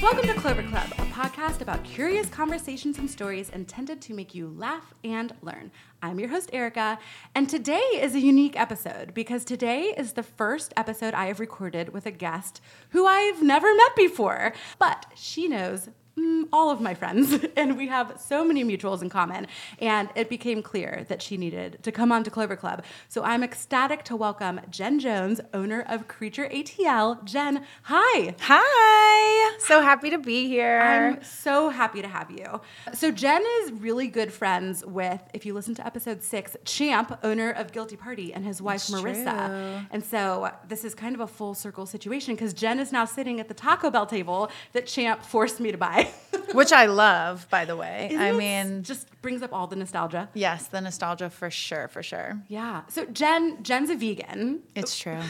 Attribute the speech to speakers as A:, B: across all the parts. A: Welcome to Clover Club, a podcast about curious conversations and stories intended to make you laugh and learn. I'm your host, Erica, and today is a unique episode because today is the first episode I have recorded with a guest who I've never met before, but she knows mm, all of my friends, and we have so many mutuals in common. And it became clear that she needed to come on to Clover Club. So I'm ecstatic to welcome Jen Jones, owner of Creature ATL. Jen, hi.
B: Hi! So happy to be here.
A: I'm so happy to have you. So Jen is really good friends with, if you listen to episode six, Champ, owner of Guilty Party, and his wife Marissa. And so this is kind of a full circle situation because Jen is now sitting at the Taco Bell table that Champ forced me to buy.
B: Which I love, by the way.
A: Isn't
B: I
A: it
B: mean,
A: just brings up all the nostalgia.
B: yes, the nostalgia for sure, for sure.
A: Yeah. So Jen, Jen's a vegan.
B: It's true.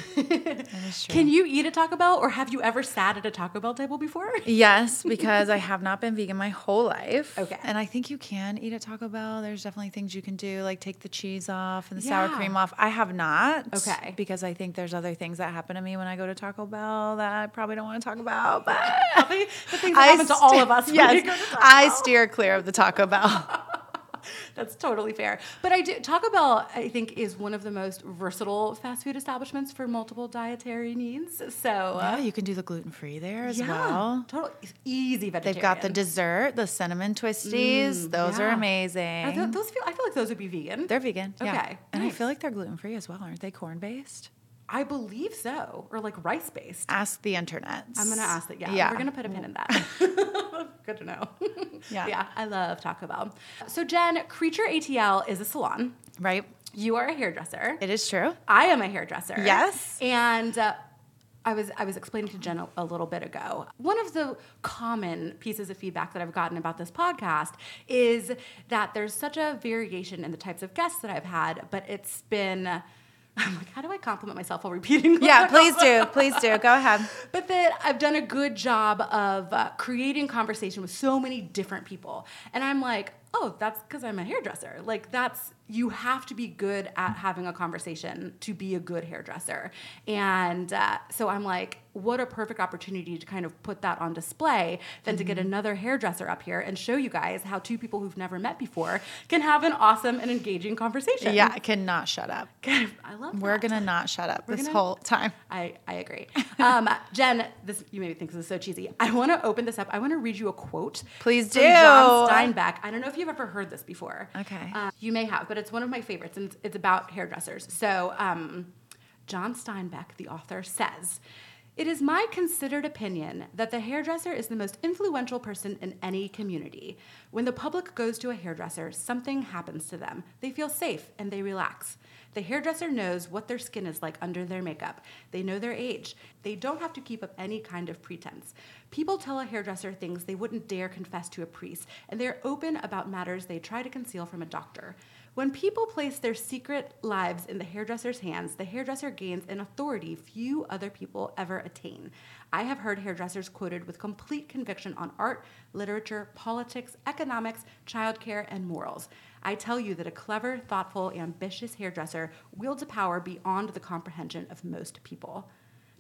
A: Can you eat at Taco Bell, or have you ever sat at a Taco Bell table before?
B: yes, because I have not been vegan my whole life.
A: Okay.
B: And I think you can eat at Taco Bell. There's definitely things you can do, like take the cheese off and the
A: Yeah.
B: sour cream off. I have not.
A: Okay.
B: Because I think there's other things that happen to me when I go to Taco Bell that I probably don't want to talk about. But
A: Probably the things that happen to all
B: steer-
A: of us. when
B: Yes,
A: we go to Taco
B: I
A: Bell.
B: steer clear of the Taco Bell.
A: That's totally fair. But I do Taco Bell I think is one of the most versatile fast food establishments for multiple dietary needs. So
B: Yeah,
A: uh,
B: you can do the gluten free there as well.
A: totally easy vegetarian.
B: They've got the dessert, the cinnamon twisties. those Mm, are
A: yeah.
B: amazing.
A: Are tho- those feel I feel like those would be vegan.
B: they're vegan. yeah.
A: Okay,
B: And I
A: nice.
B: feel like they're gluten free as well, aren't they? Corn based?
A: I believe so, or like rice based.
B: Ask the internet.
A: I'm gonna ask that. Yeah,
B: Yeah.
A: we're gonna put a pin in that. Good to know.
B: Yeah.
A: yeah, I love Taco Bell. So Jen, Creature ATL is a salon.
B: Right?
A: You are a hairdresser.
B: It is true.
A: I am a hairdresser.
B: Yes.
A: And uh, I was I was explaining to Jen a, a little bit ago. One of the common pieces of feedback that I've gotten about this podcast is that there's such a variation in the types of guests that I've had, but it's been I'm like, how do I compliment myself while repeating? what
B: Yeah,
A: I
B: please do. Please do. Go ahead.
A: but that I've done a good job of uh, creating conversation with so many different people. And I'm like, oh, that's because I'm a hairdresser. Like, that's, you have to be good at having a conversation to be a good hairdresser. And uh, so I'm like, what a perfect opportunity to kind of put that on display than to get
B: Mm-hmm.
A: another hairdresser up here and show you guys how two people who've never met before can have an awesome and engaging conversation.
B: Yeah, I cannot shut up.
A: I love
B: We're
A: that.
B: going to not shut up this
A: gonna-
B: whole time.
A: I, I agree. Um, Jen, this you maybe think this is so cheesy. I want to open this up. I want to read you a quote.
B: Please
A: from
B: do.
A: John Steinbeck. I don't know if you've ever heard this before.
B: Okay.
A: Uh, you may have, but it's one of my favorites, and it's, it's about hairdressers. So, um, John Steinbeck, the author, says. It is my considered opinion that the hairdresser is the most influential person in any community. When the public goes to a hairdresser, something happens to them. They feel safe and they relax. The hairdresser knows what their skin is like under their makeup. They know their age. They don't have to keep up any kind of pretense. People tell a hairdresser things they wouldn't dare confess to a priest, and they're open about matters they try to conceal from a doctor. When people place their secret lives in the hairdresser's hands, the hairdresser gains an authority few other people ever attain. I have heard hairdressers quoted with complete conviction on art, literature, politics, economics, childcare, and morals. I tell you that a clever, thoughtful, ambitious hairdresser wields a power beyond the comprehension of most people.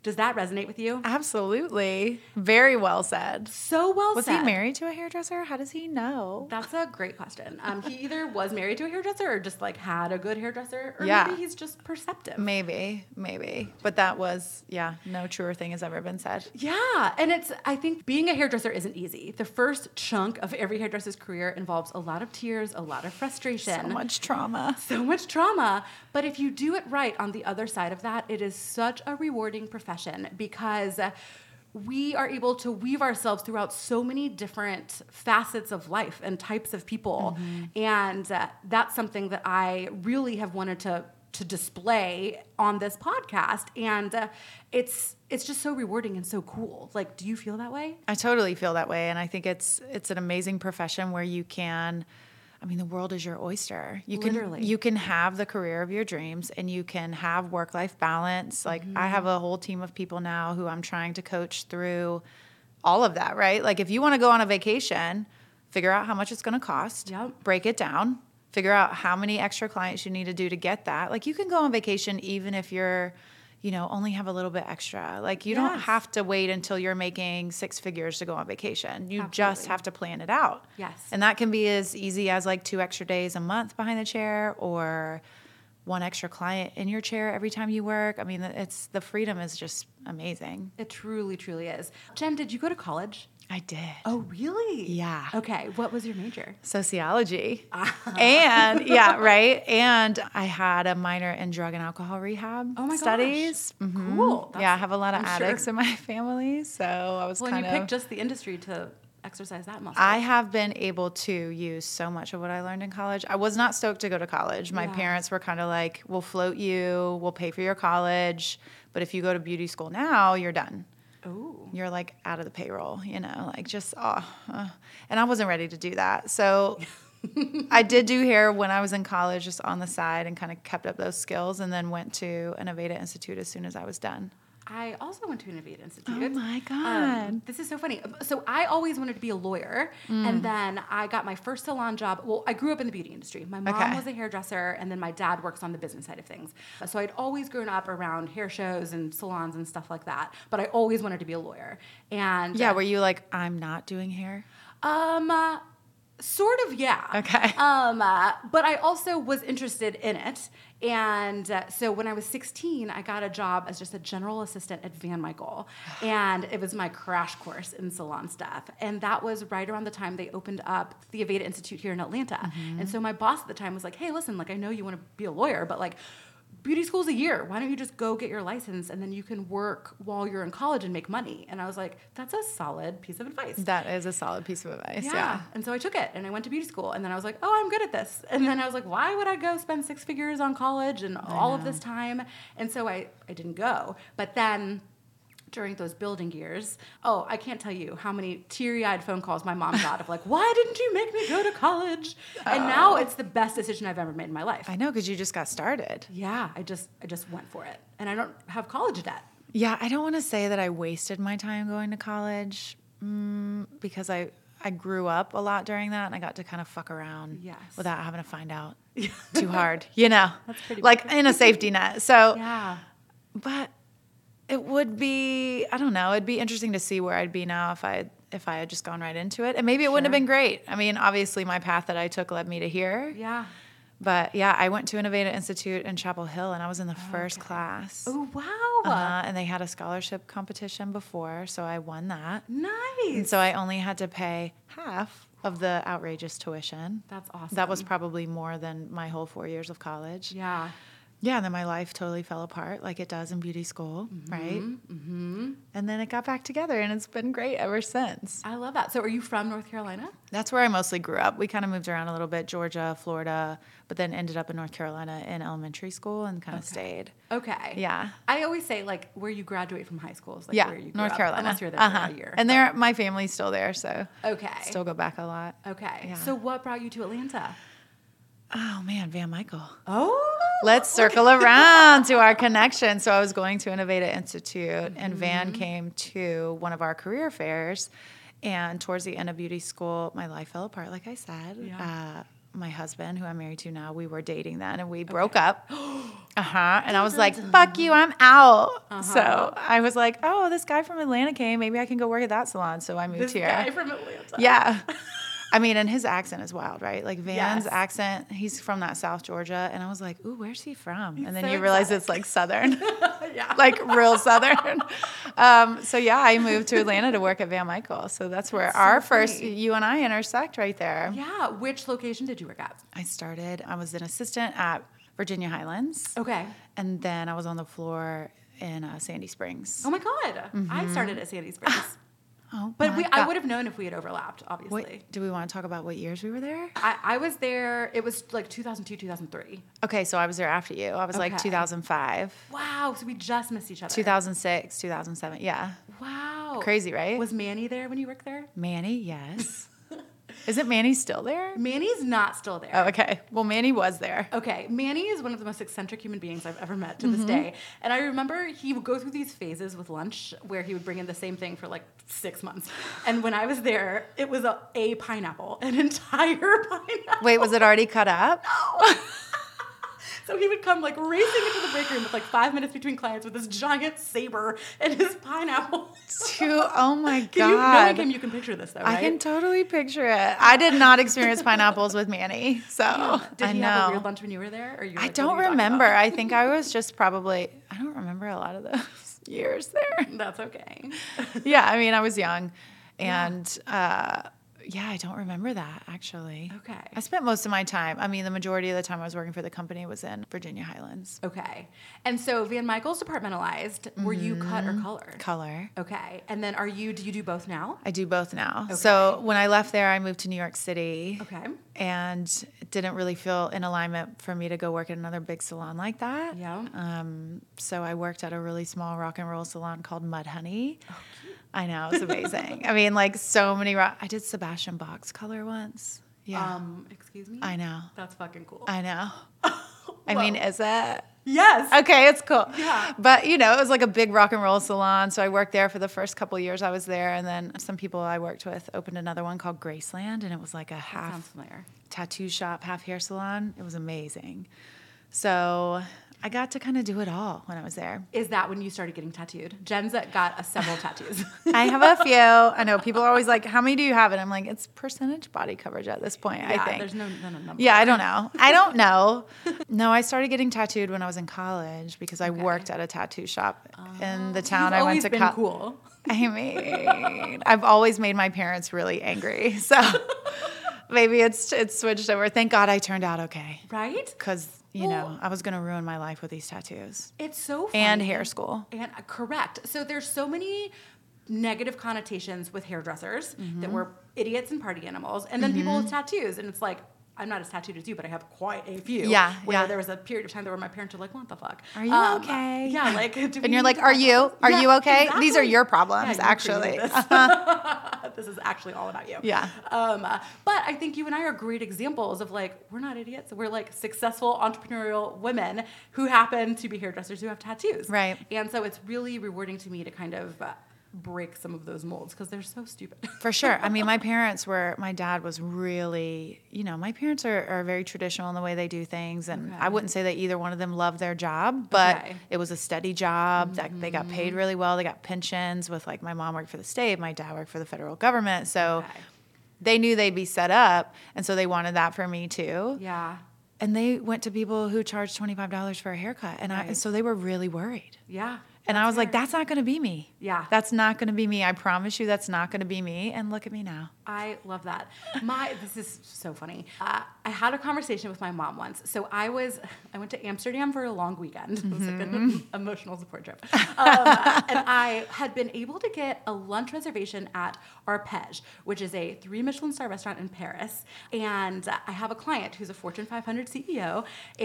A: Does that resonate with you?
B: Absolutely. Very well said.
A: So well
B: Was
A: said.
B: he married to a hairdresser? How does he know?
A: That's a great question. Um, he either was married to a hairdresser or just like had a good hairdresser, or
B: Yeah.
A: maybe he's just perceptive.
B: Maybe, maybe. But that was, yeah, no truer thing has ever been said.
A: Yeah, and it's I think being a hairdresser isn't easy. The first chunk of every hairdresser's career involves a lot of tears, a lot of frustration,
B: So much trauma.
A: so much trauma. But if you do it right on the other side of that, it is such a rewarding profession because we are able to weave ourselves throughout so many different facets of life and types of people. And uh, that's something that I really have wanted to to display on this podcast and uh, it's it's just so rewarding and so cool. Like do you feel that way?
B: I totally feel that way, and I think it's it's an amazing profession where you can. I mean, the world is your oyster. You can
A: Literally.
B: you can have the career of your dreams, and you can have work life balance. Like
A: Mm-hmm.
B: I have a whole team of people now who I'm trying to coach through all of that. Right? Like if you want to go on a vacation, figure out how much it's going to cost.
A: Yep.
B: Break it down. Figure out how many extra clients you need to do to get that. Like you can go on vacation even if you're you know, only have a little bit extra. Like you don't
A: Yes.
B: have to wait until you're making six figures to go on vacation. You just
A: Absolutely.
B: have to plan it out.
A: Yes.
B: And that can be as easy as like two extra days a month behind the chair or one extra client in your chair every time you work. I mean, it's the freedom is just amazing.
A: It truly, truly is. Jen, did you go to college?
B: I did.
A: Oh, really?
B: Yeah.
A: Okay. What was your major?
B: Sociology. And yeah, right. And I had a minor in drug and alcohol rehab
A: Oh my gosh.
B: studies. Mhm.
A: Cool.
B: yeah, I
A: That's-
B: have a lot of
A: I'm sure.
B: addicts in my family. So I was
A: Well, and
B: kind
A: you
B: of
A: picked just the industry to exercise that muscle.
B: I have been able to use so much of what I learned in college. I was not stoked to go to college. My
A: Yeah.
B: parents were kind of like, "We'll float you, we'll pay for your college, but if you go to beauty school now, you're done.
A: oh,
B: You're like out of the payroll, you know, like just oh." uh." And I wasn't ready to do that. So I did do hair when I was in college just on the side and kind of kept up those skills and then went to an Aveda Institute as soon as I was done.
A: I also went to an Innovate Institute.
B: Oh my
A: Um,
B: god. Mm.
A: this is so funny. So I always wanted to be a lawyer, and then I got my first salon job. Well, I grew up in the beauty industry. My mom
B: Okay.
A: was a hairdresser, and then my dad works on the business side of things. So I'd always grown up around hair shows and salons and stuff like that. But I always wanted to be a lawyer. And
B: yeah, were you like, "I'm not doing hair?"
A: um, uh, sort of, yeah.
B: Okay.
A: Um, uh, but I also was interested in it, and uh, so when I was 16, I got a job as just a general assistant at Van Michael, and it was my crash course in salon stuff, and that was right around the time they opened up the Aveda Institute here in Atlanta, and so my boss at the time was like, "Hey, listen, like I know you want to be a lawyer, but like." Beauty school's a year. Why don't you just go get your license and then you can work while you're in college and make money? And I was like, that's a solid piece of advice.
B: That is a solid piece of advice.
A: Yeah.
B: yeah.
A: And so I took it and I went to beauty school. And then I was like, oh, I'm good at this. And then I was like, why would I go spend six figures on college and all of
B: know.
A: this time? And so I, I didn't go. But then during those building years, oh, I can't tell you how many teary eyed phone calls my mom got of like, why didn't you make me go to college? And now it's the best decision I've ever made in my life.
B: Oh. I know because you just got started.
A: yeah, I just I just went for it. And I don't have college debt.
B: Yeah, I don't want to say that I wasted my time going to college mm, because I I grew up a lot during that and I got to kind of fuck around
A: Yes.
B: without having to find out too hard, you know,
A: That's pretty
B: like in a safety net. So,
A: Yeah.
B: but it would be I don't know. It'd be interesting to see where I'd be now if I if I had just gone right into it, and maybe it wouldn't have
A: Sure.
B: been great. I mean, obviously, my path that I took led me to here.
A: Yeah.
B: But yeah, I went to Innovative Institute in Chapel Hill, and I was in the first class.
A: Oh wow.
B: Uh-huh, and they had a scholarship competition before, so I won that. And
A: Nice.
B: so I only had to pay half of the outrageous tuition.
A: That's awesome.
B: That was probably more than my whole four years of college.
A: Yeah.
B: Yeah, and then my life totally fell apart, like it does in beauty school, right? Mm-hmm. And then it got back together, and it's been great ever since.
A: I love that. So, are you from North Carolina?
B: That's where I mostly grew up. We kind of moved around a little bit, Georgia, Florida, but then ended up in North Carolina in elementary school and kind of stayed.
A: Okay.
B: Yeah.
A: I always say like where you graduate from high school is like
B: yeah,
A: where you grew
B: North
A: up,
B: Carolina.
A: unless you're there
B: Uh-huh.
A: for a year.
B: And there, my family's still there, so
A: okay.
B: still go back a lot.
A: okay.
B: Yeah.
A: So, what brought you to Atlanta?
B: Oh man, Van Michael.
A: Oh,
B: Let's circle around to our connection. So I was going to Innovative Institute,
A: Mm-hmm.
B: and Van came to one of our career fairs. And towards the end of beauty school, my life fell apart. Like I said,
A: Yeah.
B: uh, my husband, who I'm married to now, we were dating then, and we broke up. Uh huh. And I was like, "Fuck you, I'm out."
A: Uh-huh.
B: So I was like, "Oh, this guy from Atlanta came. Maybe I can go work at that salon." So I moved
A: this
B: here.
A: guy from Atlanta.
B: Yeah. I mean, and his accent is wild, right? Like Van's
A: Yes.
B: accent, he's from that South Georgia. And I was like, ooh, where's he from? and then
A: so
B: you realize it's like Southern,
A: yeah.
B: like real Southern. um, so yeah, I moved to Atlanta to work at Van Michael. So that's where
A: That's so
B: our first,
A: funny.
B: you and I intersect right there.
A: yeah. Which location did you work at?
B: I started, I was an assistant at Virginia Highlands.
A: Okay.
B: And then I was on the floor in uh, Sandy Springs.
A: Oh my God. I started at Sandy Springs,
B: Oh,
A: but
B: Mm-hmm. my
A: we, I
B: God.
A: would have known if we had overlapped. Obviously.
B: What, do we want to talk about what years we were there?
A: I, I was there. It was like 2002, 2003.
B: Okay, so I was there after you. I was like
A: Okay.
B: 2005.
A: Wow. So we just missed each other.
B: 2006, 2007. Yeah.
A: Wow.
B: Crazy, right?
A: Was Manny there when you worked there?
B: Manny, yes. Isn't Manny still there?
A: Manny's not still there.
B: Oh, okay. Well, Manny was there.
A: Okay, Manny is one of the most eccentric human beings I've ever met to
B: Mm-hmm.
A: this day. And I remember he would go through these phases with lunch where he would bring in the same thing for like six months. And when I was there, it was a, a pineapple, an entire pineapple.
B: Wait, was it already cut up?
A: So he would come like racing into the break room with like five minutes between clients with his giant saber and his pineapple.
B: Two, oh my god.
A: Can you, knowing him, you can picture this though, right?
B: I can totally picture it. I did not experience pineapples with Manny, so
A: Did
B: I
A: he
B: know.
A: have a weird lunch when you were there? Or you were
B: I
A: like, what
B: don't
A: are you talking about?
B: remember. I think I was just probably. I don't remember a lot of those years there.
A: That's okay.
B: yeah, I mean, I was young, and yeah, uh, yeah I don't remember that actually.
A: Okay.
B: I spent most of my time. I mean, the majority of the time I was working for the company was in Virginia Highlands.
A: Okay. And so Van Michaels departmentalized. Were you cut
B: Mm-hmm.
A: or colored?
B: Color.
A: Okay. And then are you, do you do both now?
B: I do both now. So when I left there, I moved to New York City.
A: Okay.
B: And it didn't really feel in alignment for me to go work at another big salon like that.
A: Yeah.
B: Um, so I worked at a really small rock and roll salon called Mud Honey.
A: Oh,
B: I know, it was amazing. I mean, like so many rock. I did Sebastian Bach's color once. Yeah.
A: Um, excuse me?
B: I know.
A: That's fucking cool.
B: I know. I mean,
A: Whoa.
B: is it?
A: yes.
B: Okay, it's cool.
A: Yeah.
B: But you know, it was like a big rock and roll salon. So I worked there for the first couple years I was there. And then some people I worked with opened another one called Graceland. And it was like a
A: Sounds
B: half
A: familiar.
B: tattoo shop, half hair salon. It was amazing. So I got to kind of do it all when I was there.
A: Is that when you started getting tattooed? Jen's got uh, several tattoos.
B: I have a few. I know people are always like, how many do you have? And I'm like, it's percentage body coverage at this point, I
A: Yeah,
B: think.
A: There's no, no, no number.
B: Yeah, I don't know. I don't know. No, I started getting tattooed when I was in college because I worked at a tattoo shop in the town
A: Ah. You've
B: I went
A: always
B: to
A: been
B: college.
A: cool.
B: I mean, I've always made my parents really angry. So maybe it's it's switched over. Thank God I turned out okay
A: Right?
B: cuz you know,
A: Well-
B: I was going to ruin my life with these tattoos
A: It's so funny.
B: and hair school.
A: And uh, correct. So there's so many negative connotations with hairdressers that
B: Mm-hmm.
A: we're idiots and party animals, and then people with tattoos, and it's like. I'm not as tattooed as you, but I have quite a few.
B: Yeah,
A: where
B: yeah.
A: there was a period of time where my parents were like, "What the fuck? Um,
B: Are you okay?
A: Yeah, like, do we
B: And
A: need
B: you're like,
A: to
B: "Are
A: talk
B: you?
A: about
B: Are
A: this?"
B: you
A: Yeah,
B: okay? These are
A: exactly.
B: your problems,
A: Yeah, you created
B: actually." Uh-huh.
A: this. this is actually all about you.
B: Yeah.
A: Um, uh, but I think you and I are great examples of like, we're not idiots. We're like successful entrepreneurial women who happen to be hairdressers who have tattoos.
B: Right.
A: And so it's really rewarding to me to kind of uh, break some of those molds because they're so stupid.
B: For sure. I mean, my parents were, my dad was really, you know, my parents are, are very traditional in the way they do things. And I
A: Okay.
B: wouldn't say that either one of them loved their job, but
A: Okay. Mm-hmm.
B: it was a steady job. That They got paid really well. They got pensions with like my mom worked for the state, my dad worked for the federal government. So
A: Okay.
B: they knew they'd be set up. And so they wanted that for me too.
A: yeah.
B: And they went to people who charged $25 for a haircut. And I,
A: Right.
B: so they were really worried.
A: Yeah.
B: And I was like, that's not going to be me.
A: Yeah.
B: That's not going to be me. I promise you, that's not going to be me. And look at me now.
A: I love that. My this is so funny. Uh, I had a conversation with my mom once. So I was I went to Amsterdam for a long weekend. It was like an emotional support trip, um, and I had been able to get a lunch reservation at Arpège, which is a three Michelin star restaurant in Paris. And uh, I have a client who's a Fortune 500 CEO, E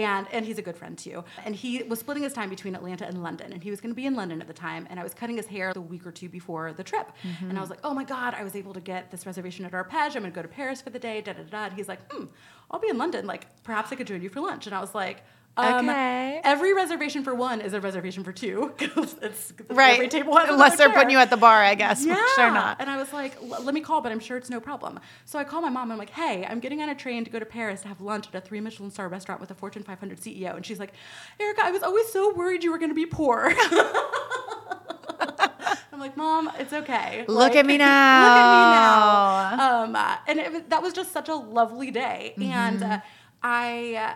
A: and and he's a good friend too. And he was splitting his time between Atlanta and London, and he was going to be in London at the time. And I was cutting his hair the week or two before the trip,
B: Mm-hmm.
A: and I was like, oh my god, I was able to get this reservation at Arpège. I'm going to go to Paris for the day. Da da da. da. And he's like, hmm, I'll be in London. Like perhaps I could join you for lunch. And I was like. Um,
B: Okay.
A: Every reservation for one is a reservation for two because it's
B: right.
A: every table has
B: unless
A: another
B: they're putting
A: chair.
B: you at the bar, I guess.
A: Yeah.
B: Which they're not.
A: And I was like, "L- let me call, but I'm sure it's no problem. So I call my mom and I'm like, hey, I'm getting on a train to go to Paris to have lunch at a three Michelin star restaurant with a Fortune 500 CEO. E And she's like, Erica, I was always so worried you were going to be poor. I'm like, mom, it's okay.
B: Look
A: Like,
B: at me
A: look at me now. Um, uh, and it, was- that was just such a lovely day.
B: Mm-hmm.
A: And uh, I. Uh,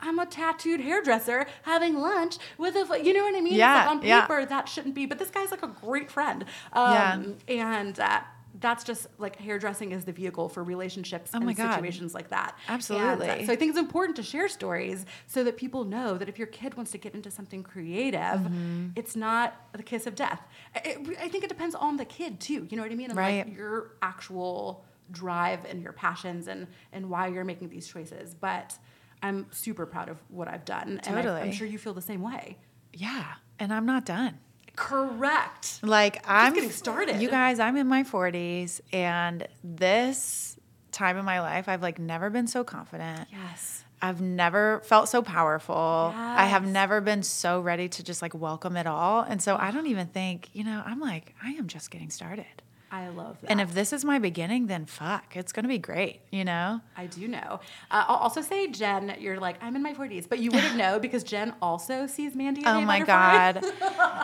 A: I'm a tattooed hairdresser having lunch with a, you know what I mean? It's
B: Yeah,
A: like on
B: yeah.
A: paper, that shouldn't be, but this guy's like a great friend.
B: Yeah.
A: Um, and uh, that's just like hairdressing is the vehicle for relationships
B: Oh
A: and
B: my God.
A: situations like that. And, uh,
B: Absolutely.
A: so I think it's important to share stories so that people know that if your kid wants to get into something creative,
B: Mm-hmm.
A: it's not the kiss of death. I- it- I think it depends on the kid too. You know what I mean? And
B: Right.
A: like your actual drive and your passions and and why you're making these choices. But I'm super proud of what I've done. And I,
B: Totally.
A: I'm sure you feel the same way.
B: yeah. And I'm not done.
A: Correct.
B: Like I'm
A: getting started.
B: You guys, I'm in my 40s, and this time in my life, I've like never been so confident.
A: Yes.
B: I've never felt so powerful. I have
A: Yes.
B: never been so ready to just like welcome it all. And so I don't even think, you know, I'm like, I am just getting started.
A: I love that.
B: And if this is my beginning, then fuck, it's gonna be great, you know?
A: I do know. Uh, I'll also say, Jen, you're like, I'm in my 40s, but you wouldn't know because Jen also sees Mandy. in
B: Oh
A: A
B: my
A: Butterfly.
B: God.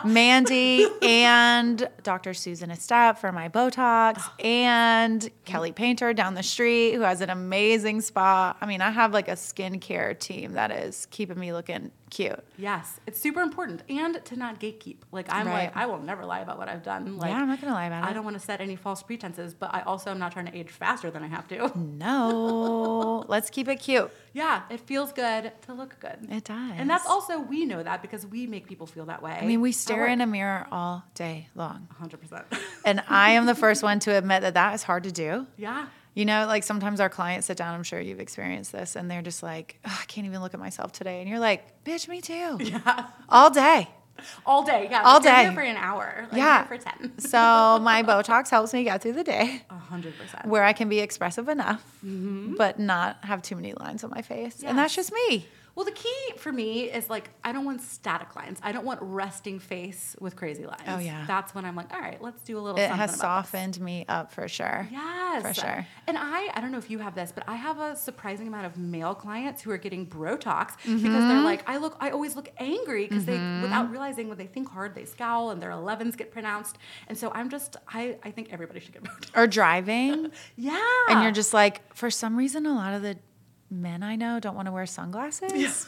B: Mandy and Dr. Susan Estep for my Botox and Kelly Painter down the street who has an amazing spa. I mean, I have like a skincare team that is keeping me looking cute.
A: Yes, it's super important, and to not gatekeep. Like I'm
B: Right.
A: like, I will never lie about what I've done. Like,
B: yeah, I'm not gonna lie about it.
A: I don't want to set any false pretenses, but I also am not trying to age faster than I have to.
B: No, let's keep it cute.
A: yeah, it feels good to look good.
B: It does.
A: And that's also we know that because we make people feel that way. Oh,
B: I mean, we stare in a mirror all day long.
A: 100%.
B: And I am the first one to admit that that is hard to do.
A: yeah.
B: You know, like sometimes our clients sit down, I'm sure you've experienced this, and they're just like, "Ugh, I can't even look at myself today. And you're like, bitch, me too. Yeah. All day.
A: All day. Yeah.
B: All
A: like, you're here
B: day.
A: for an hour. Like,
B: Yeah.
A: yeah. For 10.
B: So my Botox helps me get through the day
A: 100%.
B: where I can be expressive enough,
A: Mm-hmm.
B: but not have too many lines on my face. And that's just me.
A: Well, the key for me is like I don't want static lines. I don't want resting face with crazy lines.
B: Oh, yeah.
A: That's when I'm like, all right, let's do a little.
B: It
A: something
B: has
A: about this.
B: softened me up for sure.
A: Yes.
B: For sure.
A: And I, I don't know if you have this, but I have a surprising amount of male clients who are getting Botox because
B: Mm-hmm.
A: they're like, I look, I always look angry because they, without realizing when they think hard, they scowl and their 11s get pronounced. And so I'm just, I, I think everybody should get Botox.
B: Or driving.
A: Yeah.
B: and you're just like, for some reason, a lot of the men I know don't want to wear sunglasses.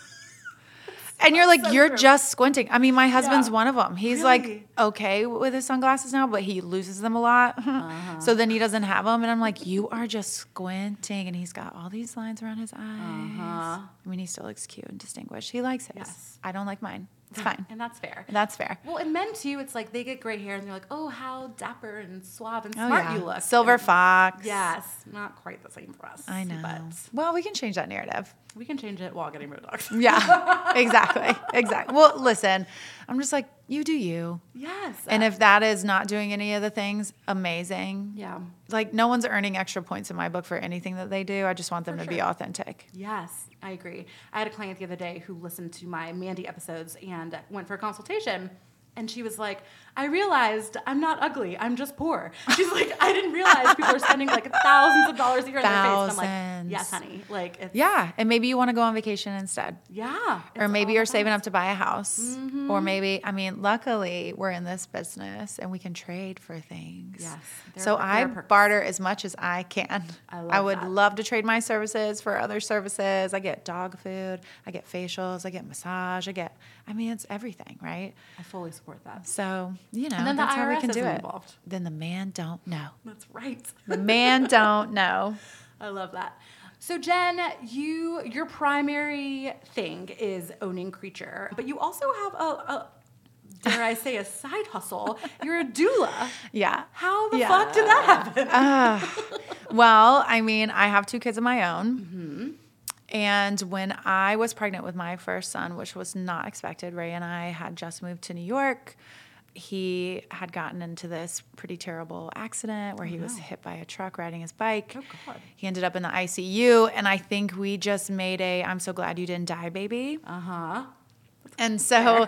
B: And you're like,
A: so
B: you're
A: true.
B: just squinting. I mean, my husband's
A: Yeah.
B: one of them. He's
A: Really?
B: like okay with his sunglasses now, but he loses them a lot.
A: Uh-huh.
B: So then he doesn't have them. And I'm like, you are just squinting. And he's got all these lines around his eyes. I mean, he still looks cute and distinguished. He likes his.
A: Uh-huh. Yes.
B: I don't like mine. It's fine.
A: and that's fair.
B: That's fair.
A: Well, in men too, it's like they get gray hair and they're like, oh, how dapper and suave and
B: Oh,
A: smart
B: yeah.
A: you look.
B: Silver
A: And-
B: fox.
A: Yes, not quite the same for us.
B: I know.
A: But
B: Well, we can change that narrative.
A: we can change it while getting Botox.
B: Yeah, exactly. Exactly. Well, listen, I'm just like, you do you.
A: Yes. uh,
B: And if that is not doing any of the things, amazing.
A: yeah.
B: Like, no one's earning extra points in my book for anything that they do. I just want them
A: For
B: to be
A: sure.
B: authentic.
A: Yes, I agree. I had a client the other day who listened to my Mandy episodes and went for a consultation. And she was like, I realized I'm not ugly. I'm just poor. She's like, I didn't realize people are spending like thousands of dollars a year on their face. And I'm
B: Thousands.
A: like, yes, honey. Like, it's,
B: Yeah. And maybe you want to go on vacation instead.
A: yeah.
B: or
A: it's
B: maybe
A: all about-
B: you're
A: Mm-hmm.
B: saving up to buy a house. Or maybe, I mean, luckily we're in this business and we can trade for things.
A: Yes, there
B: So
A: are- there
B: I
A: are perks.
B: barter as much as I can.
A: I
B: I
A: love
B: would
A: that.
B: love to trade my services for other services. I get dog food, I get facials, I get massage, I get, I mean, it's everything, right?
A: I fully support that.
B: So, you know,
A: And then the
B: that's how we
A: IRS
B: can do
A: isn't
B: it.
A: involved.
B: Then the man don't know.
A: That's right.
B: The man don't know.
A: I love that. So Jen, you your primary thing is owning creature, but you also have a, a dare I say a side hustle. You're a doula.
B: Yeah.
A: How the
B: Yeah.
A: fuck did that happen?
B: Well, I mean, I have two kids of my own.
A: Mm-hmm.
B: And when I was pregnant with my first son, which was not expected, Ray and I had just moved to New York. He had gotten into this pretty terrible accident where he was hit by a truck riding his bike.
A: Oh, God.
B: He ended up in the ICU. And I think we just made a I'm so glad you didn't die, baby.
A: Uh
B: Uh-huh.
A: huh.
B: And so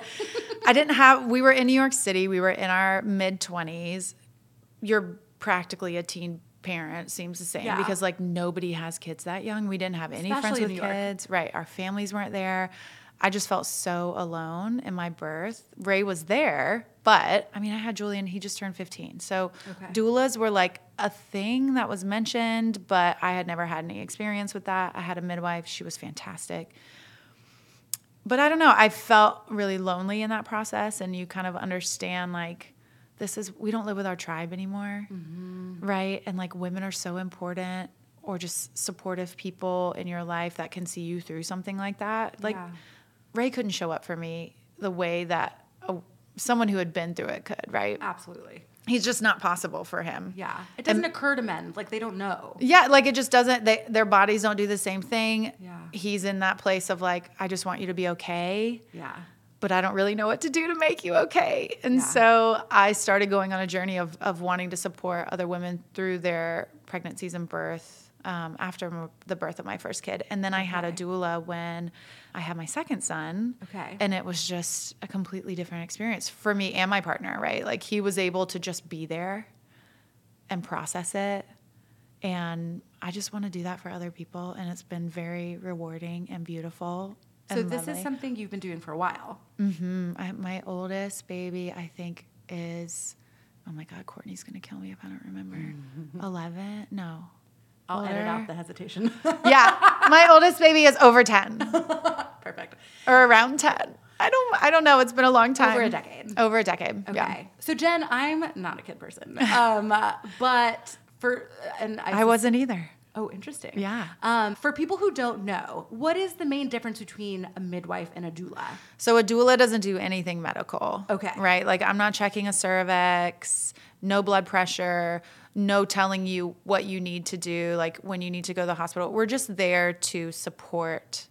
B: I didn't have, we were in New York City, we were in our mid 20s. You're practically a teen parent, seems the same,
A: Yeah.
B: because like nobody has kids that young. We didn't have any
A: Especially in
B: friends with
A: New York.
B: kids, right? Our families weren't there. I just felt so alone in my birth. Ray was there, but I mean, I had Julian, he just turned 15. So
A: Okay.
B: doulas were like a thing that was mentioned, but I had never had any experience with that. I had a midwife, she was fantastic but I don't know. I felt really lonely in that process, and you kind of understand like this is we don't live with our tribe anymore,
A: Mm-hmm.
B: right? And like women are so important, or just supportive people in your life that can see you through something like that. Like
A: Yeah.
B: Ray couldn't show up for me the way that a, someone who had been through it could, right?
A: Absolutely.
B: He's just not possible for him.
A: Ah. Yeah. It doesn't occur to men. Like they don't know.
B: Yeah, like it just doesn't. They, their bodies don't do the same thing.
A: Yeah.
B: He's in that place of like, I just want you to be okay
A: Yeah.
B: but I don't really know what to do to make you okay. And
A: Yeah.
B: so I started going on a journey of, of wanting to support other women through their pregnancies and birth um, after m- the birth of my first kid. And then I had a
A: Okay.
B: doula when I had my second son.
A: Okay.
B: And it was just a completely different experience for me and my partner, right? Like he was able to just be there and process it. And I just want to do that for other people. And it's been very rewarding and beautiful.
A: So
B: and
A: this
B: lovely.
A: is something you've been doing for a while.
B: hmm I, my oldest baby, I think, is oh my god, Courtney's gonna kill me if I don't remember. Eleven? No.
A: I'll edit
B: Older?
A: out the hesitation.
B: Yeah, my oldest baby is over ten
A: Perfect.
B: or around ten. I don't. I don't know. It's been a long time.
A: Over a decade.
B: Over a decade.
A: Okay.
B: Yeah.
A: So Jen, I'm not a kid person. Um, uh, but for and I,
B: I wasn't either.
A: Oh, interesting.
B: Yeah.
A: Um, for people who don't know, what is the main difference between a midwife and a doula?
B: So a doula doesn't do anything medical.
A: Okay.
B: Right? Like I'm not checking a cervix, no blood pressure, no telling you what you need to do, like when you need to go to the hospital. We're just there to support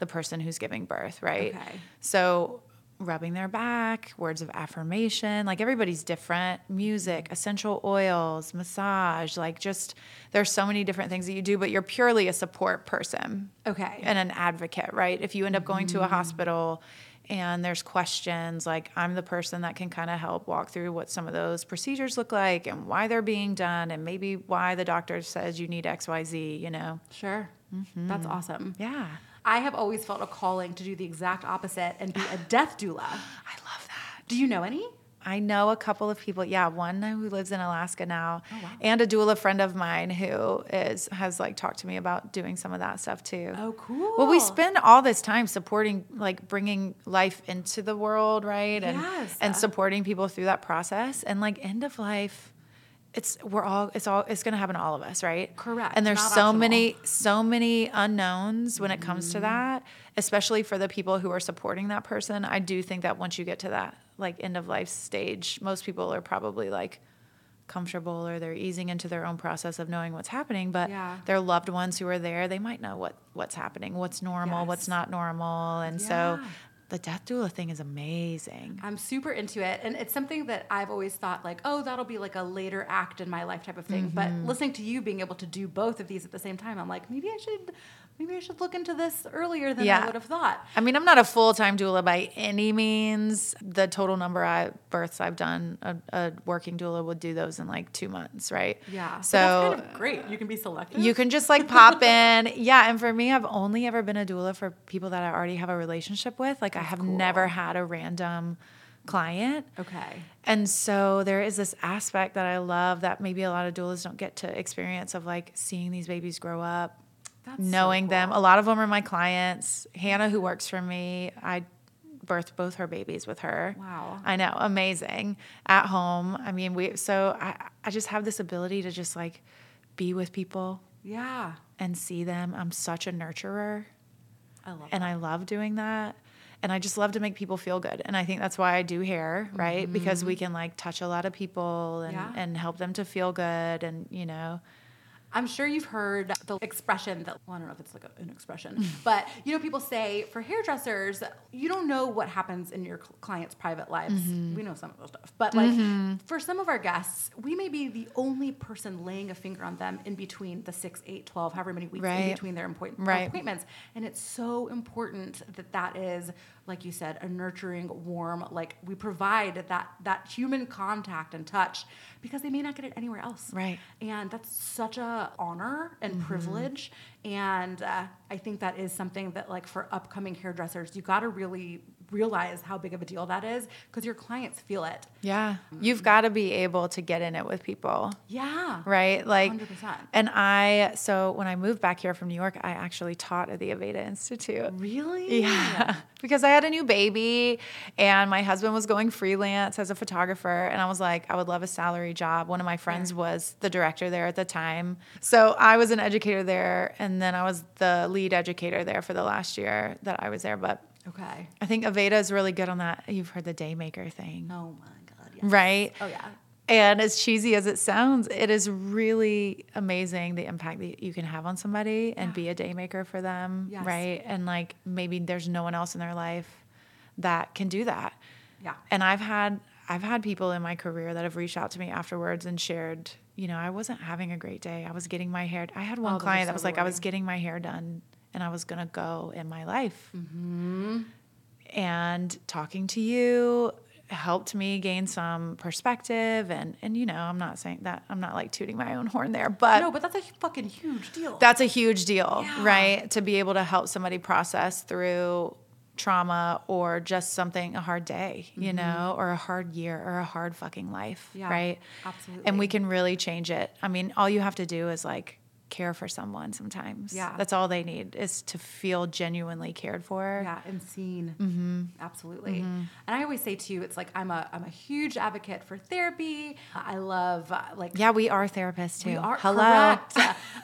B: the person who's giving birth, right?
A: Okay.
B: So rubbing their back, words of affirmation, like everybody's different, music, essential oils, massage, like just there's so many different things that you do, but you're purely a support person
A: Okay.
B: and an advocate, right? If you end up going to a hospital and there's questions, like I'm the person that can kind of help walk through what some of those procedures look like and why they're being done and maybe why the doctor says you need XYZ, you know?
A: sure. That's awesome.
B: Mm-hmm. Yeah.
A: I have always felt a calling to do the exact opposite and be a death doula.
B: I love that.
A: Do you know any?
B: I know a couple of people. Yeah, one who lives in Alaska now,
A: Oh,
B: and a doula friend of mine who is has like talked to me about doing some of that stuff too.
A: Oh, cool.
B: Well, we spend all this time supporting, like bringing life into the world, right? And
A: Yes.
B: and supporting people through that process. And like end of life, it's we're all it's all it's gonna happen to all of us, right?
A: Correct.
B: And there's
A: Not
B: so
A: optional.
B: many so many unknowns when it comes
A: Mm-hmm.
B: to that, especially for the people who are supporting that person. I do think that once you get to that like end of life stage, most people are probably like comfortable or they're easing into their own process of knowing what's happening but
A: Yeah.
B: their loved ones who are there they might know what what's happening what's normal what's
A: Yes.
B: not normal and so
A: Yeah.
B: the death doula thing is amazing
A: I'm super into it. And it's something that I've always thought, like, oh, that'll be like a later act in my life type of thing. But
B: Mm-hmm.
A: listening to you being able to do both of these at the same time, I'm like, maybe I should maybe I should look into this earlier than I
B: Yeah.
A: would have thought.
B: I mean, I'm not a full time doula by any means. The total number of births I've done, a, a working doula would do those in like two months, right?
A: Yeah. but
B: So
A: that's kind of great. You can be selective.
B: you can just like pop in. Yeah. And for me, I've only ever been a doula for people that I already have a relationship with. Like, I have never had a random client.
A: Okay.
B: And so there is this aspect that I love that maybe a lot of doulas don't get to experience of like seeing these babies grow up,
A: That's so
B: knowing them.
A: cool.
B: A lot of them are my clients. Hannah, who works for me, I birthed both her babies with her.
A: Wow.
B: I know, amazing. At home. I mean, we, so I, I just have this ability to just like be with people
A: Yeah.
B: and see them. I'm such a nurturer
A: I love it.
B: and I love doing that. And I just love to make people feel good. And I think that's why I do hair, right? Because we can like touch a lot of people and,
A: Yeah.
B: and help them to feel good. And, you know,
A: I'm sure you've heard the expression that, well, I don't know if it's like a- an expression, but you know, people say for hairdressers, you don't know what happens in your cl- clients' private lives.
B: Mm-hmm.
A: We know some of those stuff, but like for some of our guests, we may be the only person laying a finger on them in between the six, eight, 12, however many weeks in
B: Right.
A: between their appoint-
B: Right.
A: appointments. And it's so important that that is, like you said, a nurturing, warm, like we provide that, that human contact and touch because they may not get it anywhere else
B: Right. Mm-hmm.
A: and that's such a honor and privilege and uh, i think that is something that like for upcoming hairdressers you got to really realize how big of a deal that is because your clients feel it
B: yeah, Mm-hmm. you've got to be able to get in it with people.
A: yeah
B: right? Like,
A: 100%.
B: and I, so when I moved back here from New York, I actually taught at the Aveda Institute.
A: really
B: Yeah. Because I had a new baby and my husband was going freelance as a photographer. And I was like, I would love a salary job. One of my friends was the director there at the time. So I was an educator there. And then I was the lead educator there for the last year that I was there. But
A: okay
B: I think Aveda is really good on that. You've heard the day maker thing,
A: oh my god yeah.
B: right?
A: oh yeah
B: And as cheesy as it sounds, it is really amazing the impact that you can have on somebody and be a day maker for them,
A: Yes.
B: right? And like maybe there's no one else in their life that can do that.
A: yeah
B: And I've had I've had people in my career that have reached out to me afterwards and shared, you know, I wasn't having a great day. I was getting my hair. I had
A: Oh,
B: one
A: those are
B: client
A: so
B: that was like, I was getting my hair done and I was gonna go in my life. And talking to you helped me gain some perspective and and you know i'm not saying that i'm not like tooting my own horn there but
A: no, but that's a fucking huge deal.
B: that's a huge deal
A: Yeah.
B: right to be able to help somebody process through trauma or just something a hard day you know or a hard year or a hard fucking life
A: Mm-hmm. Yeah,
B: right
A: absolutely.
B: and we can really change it i mean all you have to do is like care for someone sometimes
A: Yeah.
B: that's all they need is to feel genuinely cared for
A: yeah, and seen. Mm-hmm. Absolutely. And I always say too, it's like I'm a I'm a huge advocate for therapy. I love uh, like
B: Yeah, we are therapists too.
A: You are
B: Hello.
A: correct.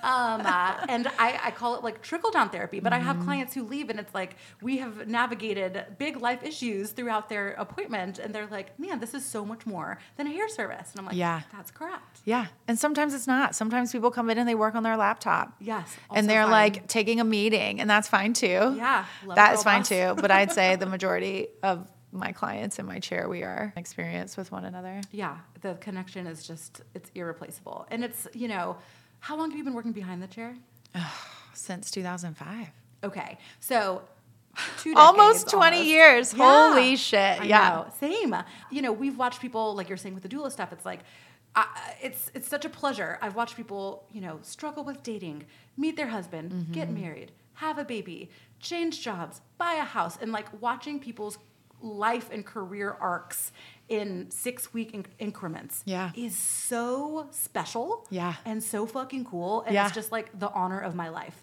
A: um, uh, and I, I call it like trickle down therapy, but I
B: Mm-hmm.
A: have clients who leave and it's like we have navigated big life issues throughout their appointment and they're like, man, this is so much more than a hair service. And I'm like,
B: Yeah.
A: that's correct.
B: Yeah. And sometimes it's not. Sometimes people come in and they work on their laptop.
A: Yes, also
B: And they're
A: fine.
B: like taking a meeting, and that's fine too. Yeah.
A: love
B: That
A: a
B: is
A: girl
B: fine
A: boss.
B: too. But I'd say the majority of my clients in my chair, we are experienced with one another.
A: Yeah, the connection is just, it's irreplaceable. And it's, you know, how long have you been working behind the chair?
B: Since 2005.
A: Okay, so two
B: Almost
A: decades,
B: 20 years. Holy shit.
A: I
B: Yeah.
A: know. same. You know, we've watched people like you're saying with the doula stuff. It's like. I it's it's such a pleasure. I've watched people, you know, struggle with dating, meet their husband,
B: Mm-hmm.
A: get married, have a baby, change jobs, buy a house, and like watching people's life and career arcs in six week inc- increments.
B: Yeah.
A: is so special.
B: Yeah.
A: and so fucking cool. And
B: Yeah.
A: it's just like the honor of my life.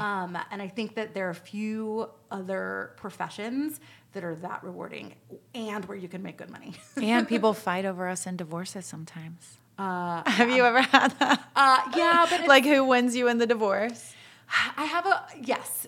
A: Um, and I think that there are few other professions that are that rewarding and where you can make good money.
B: and people fight over us in divorces sometimes.
A: Uh,
B: Have you ever had that?
A: uh, yeah, but
B: like, who wins you in the divorce?
A: I have a yes.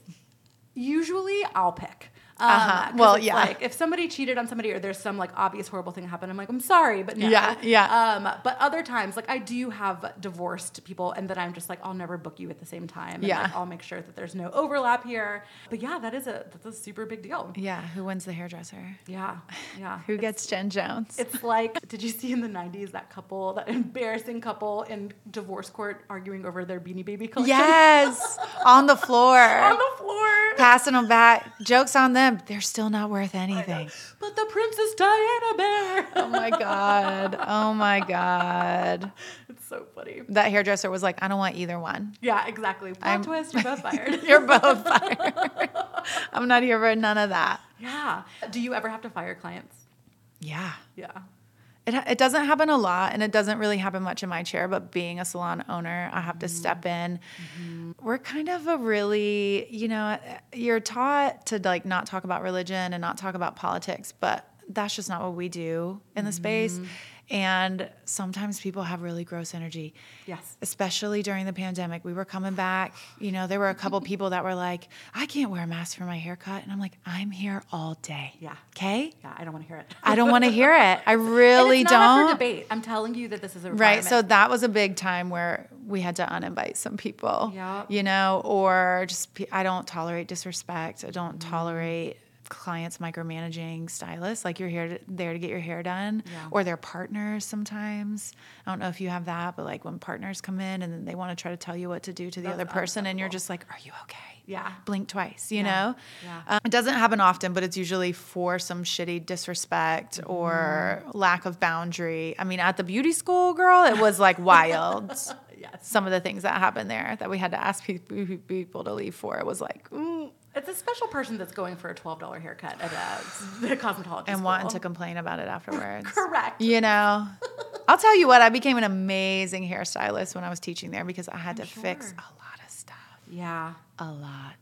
A: Usually, I'll pick. Um,
B: Uh-huh.
A: 'cause
B: Well,
A: it's
B: yeah.
A: Like if somebody cheated on somebody, or there's some like obvious horrible thing happened, I'm like, I'm sorry, but no.
B: Yeah, yeah.
A: Um, but other times, like I do have divorced people, and then I'm just like, I'll never book you at the same time. And,
B: Yeah.
A: like, I'll make sure that there's no overlap here. But yeah, that is a that's a super big deal.
B: Yeah. Who wins the hairdresser?
A: Yeah, yeah.
B: Who gets Jen Jones?
A: It's like, did you see in the 90s that couple, that embarrassing couple in divorce court arguing over their Beanie Baby collection?
B: Yes, on the floor,
A: On the floor.
B: passing them back. Jokes on them. They're still not worth anything.
A: But the Princess Diana bear.
B: Oh my god. Oh my god.
A: It's so funny.
B: That hairdresser was like, I don't want either one.
A: Yeah, exactly. Plot
B: I'm-
A: twist, you're both fired.
B: You're both fired. I'm not here for none of that.
A: yeah. Do you ever have to fire clients?
B: Yeah.
A: Yeah.
B: It, it doesn't happen a lot and it doesn't really happen much in my chair, but being a salon owner, I have to step
A: Mm-hmm.
B: in. We're kind of a really, you know, eh, you're taught to like not talk about religion and not talk about politics, but that's just not what we do in the space.
A: Mm-hmm.
B: And sometimes people have really gross energy
A: Yes.
B: especially during the pandemic, we were coming back. You know, there were a couple people that were like, I can't wear a mask for my haircut. And I'm like, I'm here all day.
A: Yeah.
B: Okay.
A: Yeah, I don't want to hear it.
B: I don't want to hear it. I really
A: and it's not up
B: don't.
A: for debate. I'm telling you that this is a
B: Right. So
A: requirement.
B: that was a big time where we had to uninvite some people,
A: Yep.
B: you know, or just pe- I don't tolerate disrespect. I don't
A: Mm-hmm.
B: tolerate clients micromanaging stylists like you're here to, there to get your hair done
A: Yeah.
B: or their partners sometimes. I don't know if you have that, but like when partners come in and then they want to try to tell you what to do to the
A: That's
B: other person and you're
A: unacceptable.
B: just like, "Are you okay?"
A: Yeah.
B: Blink twice, you
A: Yeah.
B: know?
A: Yeah.
B: Um, it doesn't happen often, but it's usually for some shitty disrespect
A: Mm-hmm.
B: or lack of boundary. I mean, at the beauty school, girl, it was like wild.
A: Yes.
B: Some of the things that happened there that we had to ask pe- pe- people to leave for, it was like, ooh,
A: It's a special person that's going for a $12 haircut at a, the cosmetologist.
B: and
A: school.
B: wanting to complain about it afterwards.
A: Correct.
B: You know, I'll tell you what, I became an amazing hairstylist when I was teaching there because I had to fix
A: sure.
B: a lot of stuff.
A: Yeah.
B: A lot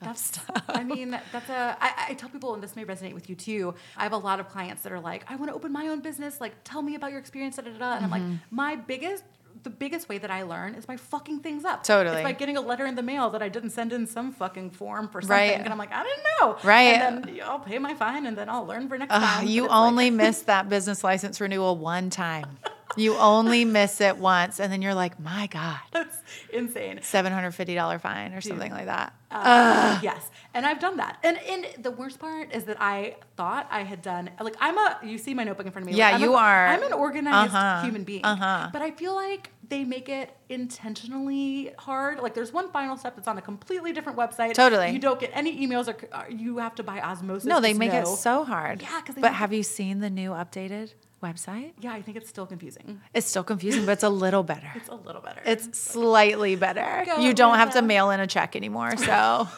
B: of
A: That's,
B: stuff.
A: I mean, that's a. I, I tell people, and this may resonate with you too. I have a lot of clients that are like, I want to open my own business. Like, tell me about your experience. Da, da, da. da." And I'm like,
B: Mm-hmm.
A: my biggest, the biggest way that I learn is by fucking things up.
B: Totally.
A: It's by getting a letter in the mail that I didn't send in some fucking form for something.
B: Right.
A: And I'm like, I didn't know.
B: Right.
A: And then I'll pay my fine and then I'll learn for next
B: Ugh,
A: time. Um, But
B: Uh, you
A: it's like-
B: only miss that business license renewal one time. You only miss it once, and then you're like, my God,
A: that's insane.
B: $750 fine or something like that.
A: Yes, and I've done that. And and the worst part is that I thought I had done like I'm a you see my notebook in front of me. like,
B: Yeah,
A: I'm
B: you
A: a,
B: are.
A: I'm an organized
B: Uh-huh.
A: human being.
B: Uh-huh.
A: But I feel like they make it intentionally hard. Like there's one final step that's on a completely different website.
B: Totally.
A: You don't get any emails or, or you have to buy osmosis.
B: No, they
A: to
B: make it
A: know.
B: so hard.
A: Yeah, 'cause they
B: But
A: make
B: have you seen the new updated website?
A: Yeah, I think it's still confusing.
B: It's still confusing, but it's a little better.
A: It's a little better.
B: It's slightly better.
A: Go
B: You don't
A: with
B: have to
A: them.
B: mail in a check anymore, so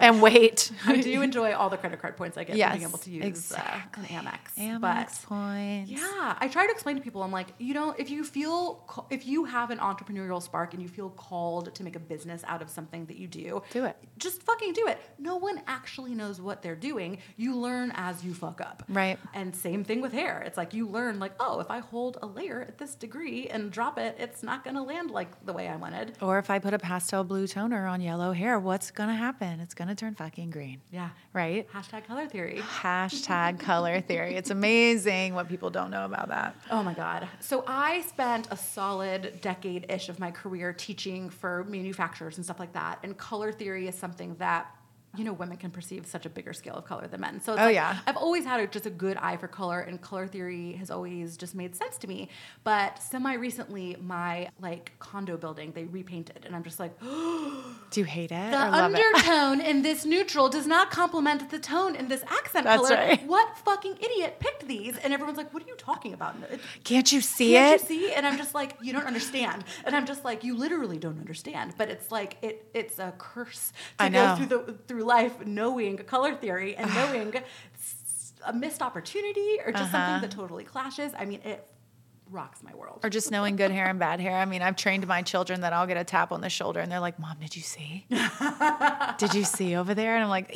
B: and wait.
A: I do enjoy all the credit card points I get from
B: Yes,
A: being able to use
B: exactly.
A: uh, an Amex. But
B: Amex points.
A: Yeah, I try to explain to people. I'm like, you know, if you feel, ca- if you have an entrepreneurial spark and you feel called to make a business out of something that you do,
B: Do it.
A: Just fucking do it. No one actually knows what they're doing. You learn as you fuck up.
B: Right.
A: And same thing with hair. It's like you learn, like, oh, if I hold a layer at this degree and drop it, it's not gonna land like the way I wanted.
B: Or if I put a pastel blue toner on yellow hair, what's gonna happen? It's gonna turn fucking green.
A: Yeah.
B: Right?
A: Hashtag color theory.
B: Hashtag color theory. It's amazing what people don't know about that.
A: Oh my God. So I spent a solid decade ish of my career teaching for manufacturers and stuff like that. And color theory is something that, you know, women can perceive such a bigger scale of color than men. So it's
B: Oh,
A: like,
B: yeah.
A: I've always had a, just a good eye for color, and color theory has always just made sense to me. But semi recently, my like condo building, they repainted, and I'm just like,
B: Do you hate it?
A: the
B: or love it?
A: undertone in this neutral does not complement the tone in this accent
B: That's
A: color.
B: right.
A: What fucking idiot picked these? And everyone's like, what are you talking about? And it-
B: Can't you see
A: can't
B: it?
A: you see? And I'm just like, you don't understand. And I'm just like, you literally don't understand. But it's like it it's a curse to
B: I
A: go
B: know.
A: through the through life knowing color theory and knowing s- a missed opportunity or just
B: Uh-huh.
A: something that totally clashes. I mean, it rocks my world.
B: or just knowing good hair and bad hair. I mean, I've trained my children that I'll get a tap on the shoulder and they're like, Mom, did you see? did you see over there? And I'm like,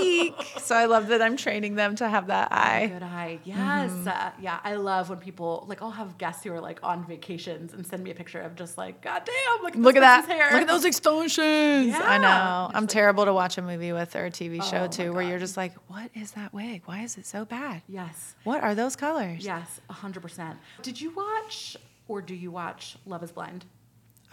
B: Eek. So I love that I'm training them to have that eye.
A: Good eye. Yes.
B: Mm-hmm.
A: Uh, yeah. I love when people, like, I'll have guests who are like on vacations and send me a picture of just like, God damn, look at,
B: Look at
A: this
B: that.
A: person's hair.
B: Look at those extensions. I
A: Yeah.
B: know.
A: It's
B: I'm
A: like-
B: terrible to watch a movie with or a TV show
A: Oh, my
B: too, where you're
A: God.
B: just like, What is that wig? Why is it so bad?
A: Yes.
B: What are those colors?
A: Yes. 100%. Did you watch or do you watch Love is Blind?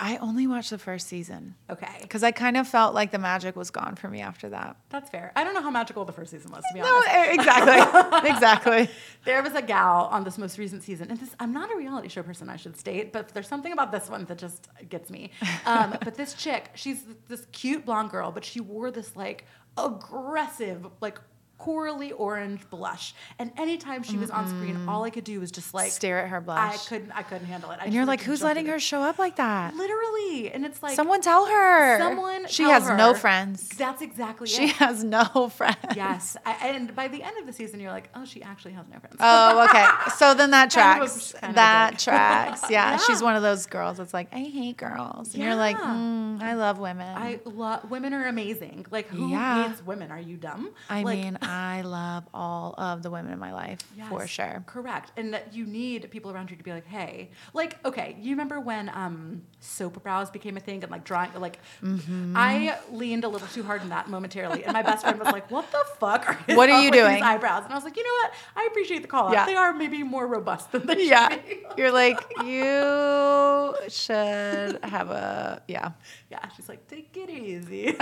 B: I only watched the first season
A: Okay.
B: because I kind of felt like the magic was gone for me after that.
A: That's fair. I don't know how magical the first season was, to be
B: No,
A: honest.
B: e- exactly. exactly.
A: There was a gal on this most recent season, and this I'm not a reality show person, I should state, but there's something about this one that just gets me. Um, but this chick, she's this cute blonde girl, but she wore this like aggressive, like corally orange blush, and anytime she was on screen, all I could do was just like
B: Mm. Stare at her
A: I
B: blush.
A: couldn't, I couldn't handle it. I
B: And you're
A: just
B: like,
A: to
B: who's
A: jump
B: letting
A: in
B: her
A: it."
B: show up like that?
A: Literally, and it's like
B: Someone tell her.
A: Someone.
B: She
A: tell
B: has no
A: her.
B: friends.
A: That's exactly
B: She
A: it.
B: has no friends.
A: Yes, I, and by the end of the season, you're like, oh, she actually has no friends.
B: Oh, okay. So then that
A: Kind of a-
B: tracks.
A: kind of a
B: that
A: dick.
B: tracks. Yeah,
A: Yeah.
B: she's one of those girls that's like, I hate girls, and you're like,
A: Yeah.
B: mm, I love women.
A: I love women are amazing. Like who
B: Yeah.
A: hates women? Are you dumb?
B: I
A: Like,
B: mean, I love all of the women in my life for
A: yes,
B: sure.
A: Correct. And that you need people around you to be like, hey, like, okay, you remember when um soap brows became a thing and like drawing like
B: Mm-hmm.
A: I leaned a little too hard in that momentarily. And my best friend was like, What the fuck are his-
B: What are
A: up
B: you
A: with these
B: doing?
A: eyebrows? And I was like, you know what? I appreciate the call out.
B: Yeah.
A: They are maybe more robust than they
B: Yeah,
A: should be.
B: you're like, you should have a yeah.
A: Yeah, she's like, take it easy.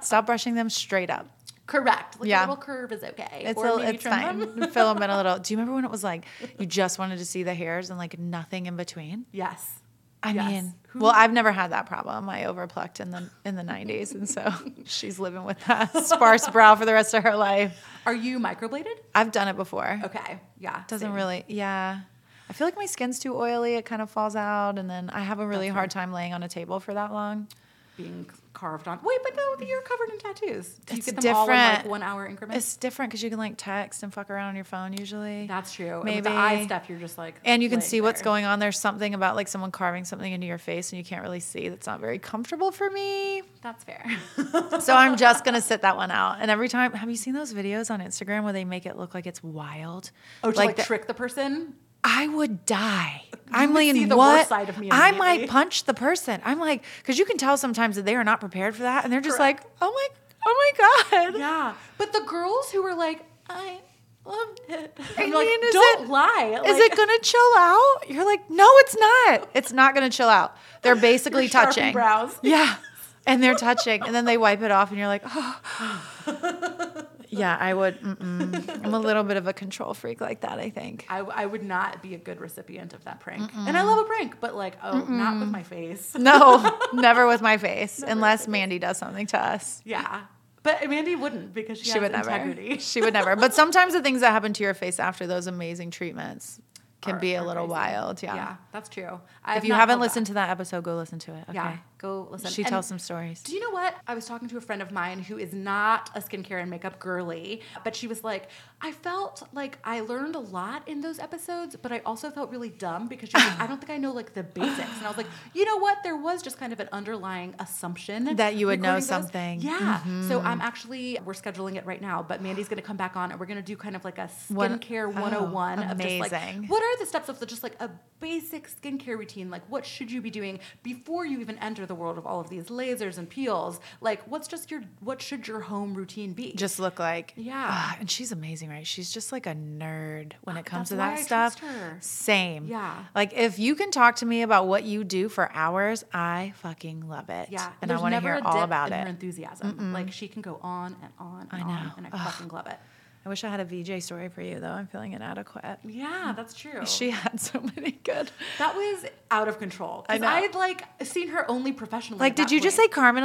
B: Stop brushing them straight up.
A: Correct. Like
B: Yeah.
A: a little curve is okay.
B: It's,
A: or
B: a,
A: maybe
B: it's
A: trim
B: fine.
A: them.
B: Fill them in a little. Do you remember when it was like you just wanted to see the hairs and like nothing in between?
A: Yes.
B: I
A: Yes.
B: mean,
A: Who-
B: well, I've never had that problem. I overplucked in the in the '90s, and so she's living with that sparse brow for the rest of her life.
A: Are you microbladed?
B: I've done it before.
A: Okay. Yeah.
B: Doesn't
A: same.
B: really, yeah. I feel like my skin's too oily. It kind of falls out, and then I have a really
A: That's
B: hard time laying on a table for that long.
A: being carved on. Wait, but no, you're covered in tattoos. Do
B: It's
A: you get them all in like
B: different.
A: one hour increments?
B: It's different because you can like text and fuck around on your phone usually.
A: That's true. And with
B: Maybe
A: the eye stuff, you're just like,
B: And you can
A: laying
B: see what's
A: there.
B: going on. There's something about like someone carving something into your face and you can't really see. That's not very comfortable for me.
A: That's fair. Oh,
B: So I'm just going to sit that one out. And every time, have you seen those videos on Instagram where they make it look like it's wild?
A: Oh, to like,
B: the-
A: trick the person.
B: I would die. I'm
A: would
B: like,
A: see the
B: what?
A: worst side of me
B: I might
A: immediately.
B: punch the person. I'm like, because you can tell sometimes that they are not prepared for that, and they're just
A: Correct.
B: like, oh my, oh my god.
A: Yeah, but the girls who were like, I loved it.
B: I
A: I'm like,
B: mean, is
A: don't
B: it-
A: lie.
B: Is
A: Like,
B: it gonna chill out? You're like, no, it's not. It's not gonna chill out. They're basically
A: Your Sharpie
B: touching.
A: brows.
B: Yeah. And they're touching, and then they wipe it off, and you're like, oh. yeah, I would. Mm-mm. I'm a little bit of a control freak like that. I think.
A: I, I would not be a good recipient of that prank. And I love a prank, but like, oh, not with my face.
B: No, never with my face, unless Mandy does something to us.
A: Yeah. But Mandy wouldn't because she,
B: She
A: has
B: would never.
A: integrity.
B: She would never. But sometimes the things that happen to your face after those amazing treatments can
A: Are-
B: be a
A: are
B: little
A: crazy.
B: wild. Yeah.
A: Yeah. that's true.
B: If you haven't listened to that episode, go listen to it. Okay.
A: yeah, go listen.
B: She
A: And
B: tells some stories.
A: Do you know what? I was talking to a friend of mine who is not a skincare and makeup girly, but she was like, I felt like I learned a lot in those episodes, but I also felt really dumb because she was like, I don't think I know like the basics. And I was like, you know what? There was just kind of an underlying assumption
B: That you would know
A: regarding those."
B: something. Mm-hmm.
A: Yeah. So I'm actually, we're scheduling it right now, but Mandy's going to come back on and we're going to do kind of like a
B: One-
A: skincare
B: oh,
A: 101 of just
B: amazing.
A: like, what are the steps of the, just like a basic skincare routine? Like, what should you be doing before you even enter the world of all of these lasers and peels? Like, what's just your what should your home routine be?
B: just look like
A: Yeah.
B: Ah, and she's amazing right she's just like a nerd when it comes
A: Ah, that's
B: to
A: why
B: that
A: I
B: stuff
A: trust her.
B: same
A: Yeah.
B: like if you can talk to me about what you do for hours i fucking love it
A: yeah,
B: and i
A: there's
B: want to
A: never
B: hear
A: a
B: all
A: dip
B: about
A: in
B: it
A: Her enthusiasm, like she can go on and on and
B: I know.
A: on, and I
B: Ugh.
A: fucking love it.
B: i wish i had a vj story for you though i'm feeling inadequate
A: Oh. Yeah, that's true.
B: Mm. she had so many good
A: that was out of control.
B: I
A: I
B: know.
A: I had like seen her only professionally.
B: like
A: at
B: did
A: that
B: you just say
A: point.
B: carmen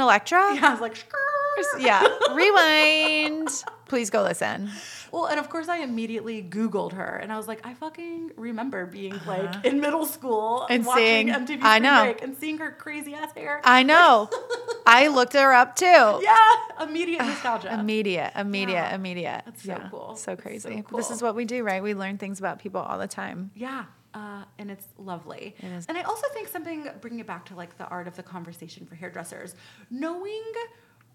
B: electra
A: Yeah, I was like, "Skrrr."
B: yeah rewind please go listen
A: Well, and of course, I immediately Googled her, and I was like, I fucking remember being like in middle school
B: Uh-huh. And
A: watching
B: seeing-
A: MTV Spring
B: I know.
A: Break and seeing her crazy ass hair.
B: i know i looked her up too
A: yeah, immediate nostalgia.
B: Immediate, immediate,
A: Yeah.
B: immediate.
A: That's so cool.
B: So
A: That's so
B: crazy. This is
A: cool.
B: what we do, right? We learn things about people all the time.
A: yeah. Uh, and it's lovely.
B: It is.
A: And I also think something, bringing it back to like the art of the conversation for hairdressers, knowing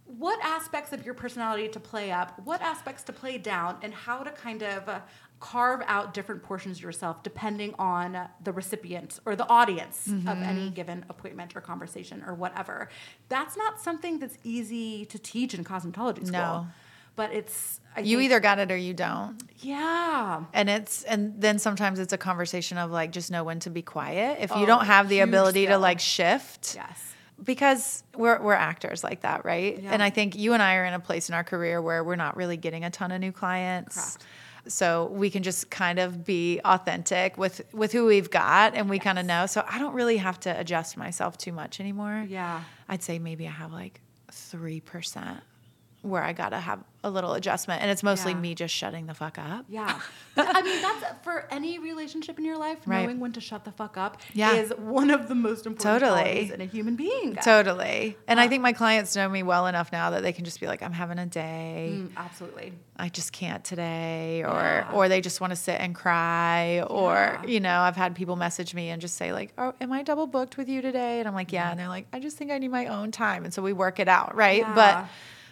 A: what aspects of your personality to play up, what aspects to play down, and how to kind of uh, carve out different portions of yourself depending on the recipient or the audience of
B: Mm-hmm.
A: any given appointment or conversation or whatever. That's not something that's easy to teach in cosmetology school.
B: No.
A: But it's. I
B: You
A: think-
B: either got it or you don't.
A: Yeah.
B: And it's and then sometimes it's a conversation of like just know when to be quiet. If you
A: Oh,
B: don't have the
A: huge
B: ability to
A: skill.
B: like shift.
A: Yes.
B: Because we're we're actors like that, right?
A: Yeah.
B: And I think you and I are in a place in our career where we're not really getting a ton of new clients.
A: Correct.
B: So we can just kind of be authentic with with who we've got and we kind of know. So I don't really have to adjust myself too much anymore.
A: Yeah.
B: I'd say maybe I have like 3% where I got to have a little adjustment. And it's mostly
A: Yeah.
B: me just shutting the fuck up.
A: Yeah. But, I mean, that's for any relationship in your life,
B: Right.
A: knowing when to shut the fuck up
B: Yeah.
A: is one of the most important
B: Totally.
A: qualities in a human being.
B: Totally. And
A: Uh,
B: I think my clients know me well enough now that they can just be like, I'm having a day.
A: Mm, absolutely.
B: I just can't today. Or,
A: Yeah.
B: or they just want to sit and cry. Or,
A: Yeah.
B: you know, I've had people message me and just say like, oh, am I double booked with you today? And I'm like, yeah. And they're like, I just think I need my own time. And so we work it out. Right.
A: Yeah.
B: But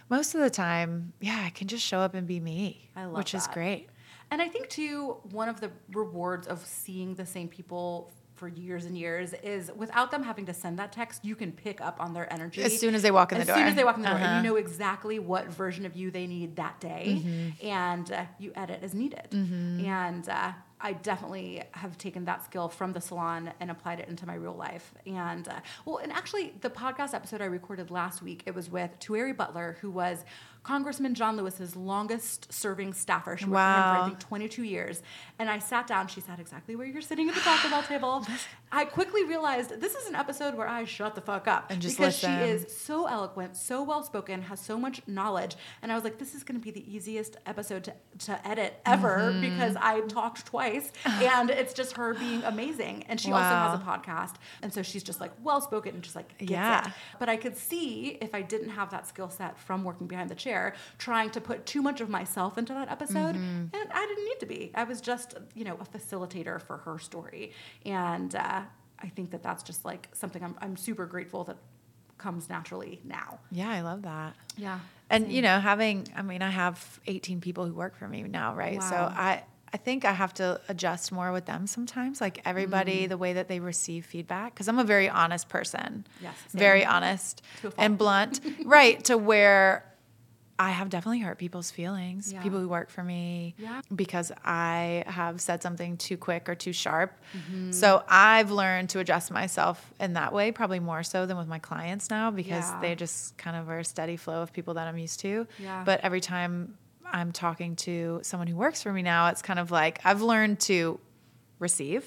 B: most of the time, yeah, I can just show up and be me,
A: I love
B: which is
A: that.
B: great.
A: And I think, too, one of the rewards of seeing the same people for years and years is without them having to send that text, you can pick up on their energy.
B: As soon as they walk in the
A: As
B: door.
A: soon as they walk in the door.
B: Uh-huh.
A: And you know exactly what version of you they need that day.
B: Mm-hmm.
A: And uh, you edit as needed. And uh, I definitely have taken that skill from the salon and applied it into my real life. And uh, well, and actually, the podcast episode I recorded last week, it was with Tueri Butler, who was Congressman John Lewis's longest serving staffer. She worked for him for,
B: Wow.
A: I think, 22 years. And I sat down. She sat exactly where you're sitting at the Taco Bell table. I quickly realized this is an episode where I shut the fuck up.
B: And just
A: because
B: listen.
A: she is so eloquent, so well spoken, has so much knowledge. And I was like, this is going to be the easiest episode to, to edit ever because I talked twice and it's just her being amazing. And she also has a podcast. And so she's just like well spoken and just like gets
B: Yeah.
A: it. But I could see if I didn't have that skill set from working behind the chair, trying to put too much of myself into that episode. And I didn't need to be. I was just, you know, a facilitator for her story. And uh, I think that that's just like something I'm, I'm super grateful that comes naturally now.
B: Yeah, I love that.
A: Yeah.
B: And
A: Mm.
B: you know, having I mean, I have 18 people who work for me now, right? So
A: Wow.
B: I I think I have to adjust more with them sometimes, like
A: Mm.
B: everybody, the way that they receive feedback because I'm a very honest person.
A: Yes, same.
B: Very honest
A: To a fault.
B: and blunt. right, to where I have definitely hurt people's feelings,
A: Yeah.
B: people who work for me,
A: Yeah.
B: because I have said something too quick or too sharp.
A: Mm-hmm.
B: So I've learned to adjust myself in that way, probably more so than with my clients now because
A: Yeah.
B: they just kind of are a steady flow of people that I'm used to.
A: Yeah.
B: But every time I'm talking to someone who works for me now, it's kind of like I've learned to receive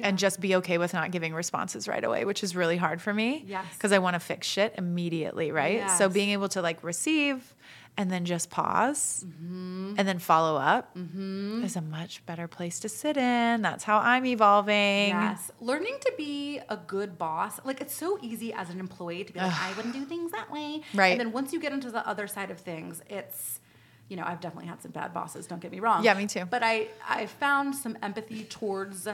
B: and just be okay with not giving responses right away, which is really hard for me.
A: Yes.
B: Because I want to fix shit immediately, right? So
A: Yes.
B: being able to like receive and then just pause
A: Mm-hmm.
B: and then follow up is a much better place to sit in. That's how I'm evolving.
A: Yes. Learning to be a good boss. Like it's so easy as an employee to be like, I wouldn't do things that way.
B: Right.
A: And then once you get into the other side of things, it's you know, I've definitely had some bad bosses, don't get me wrong.
B: Yeah, me too.
A: But I I found some empathy towards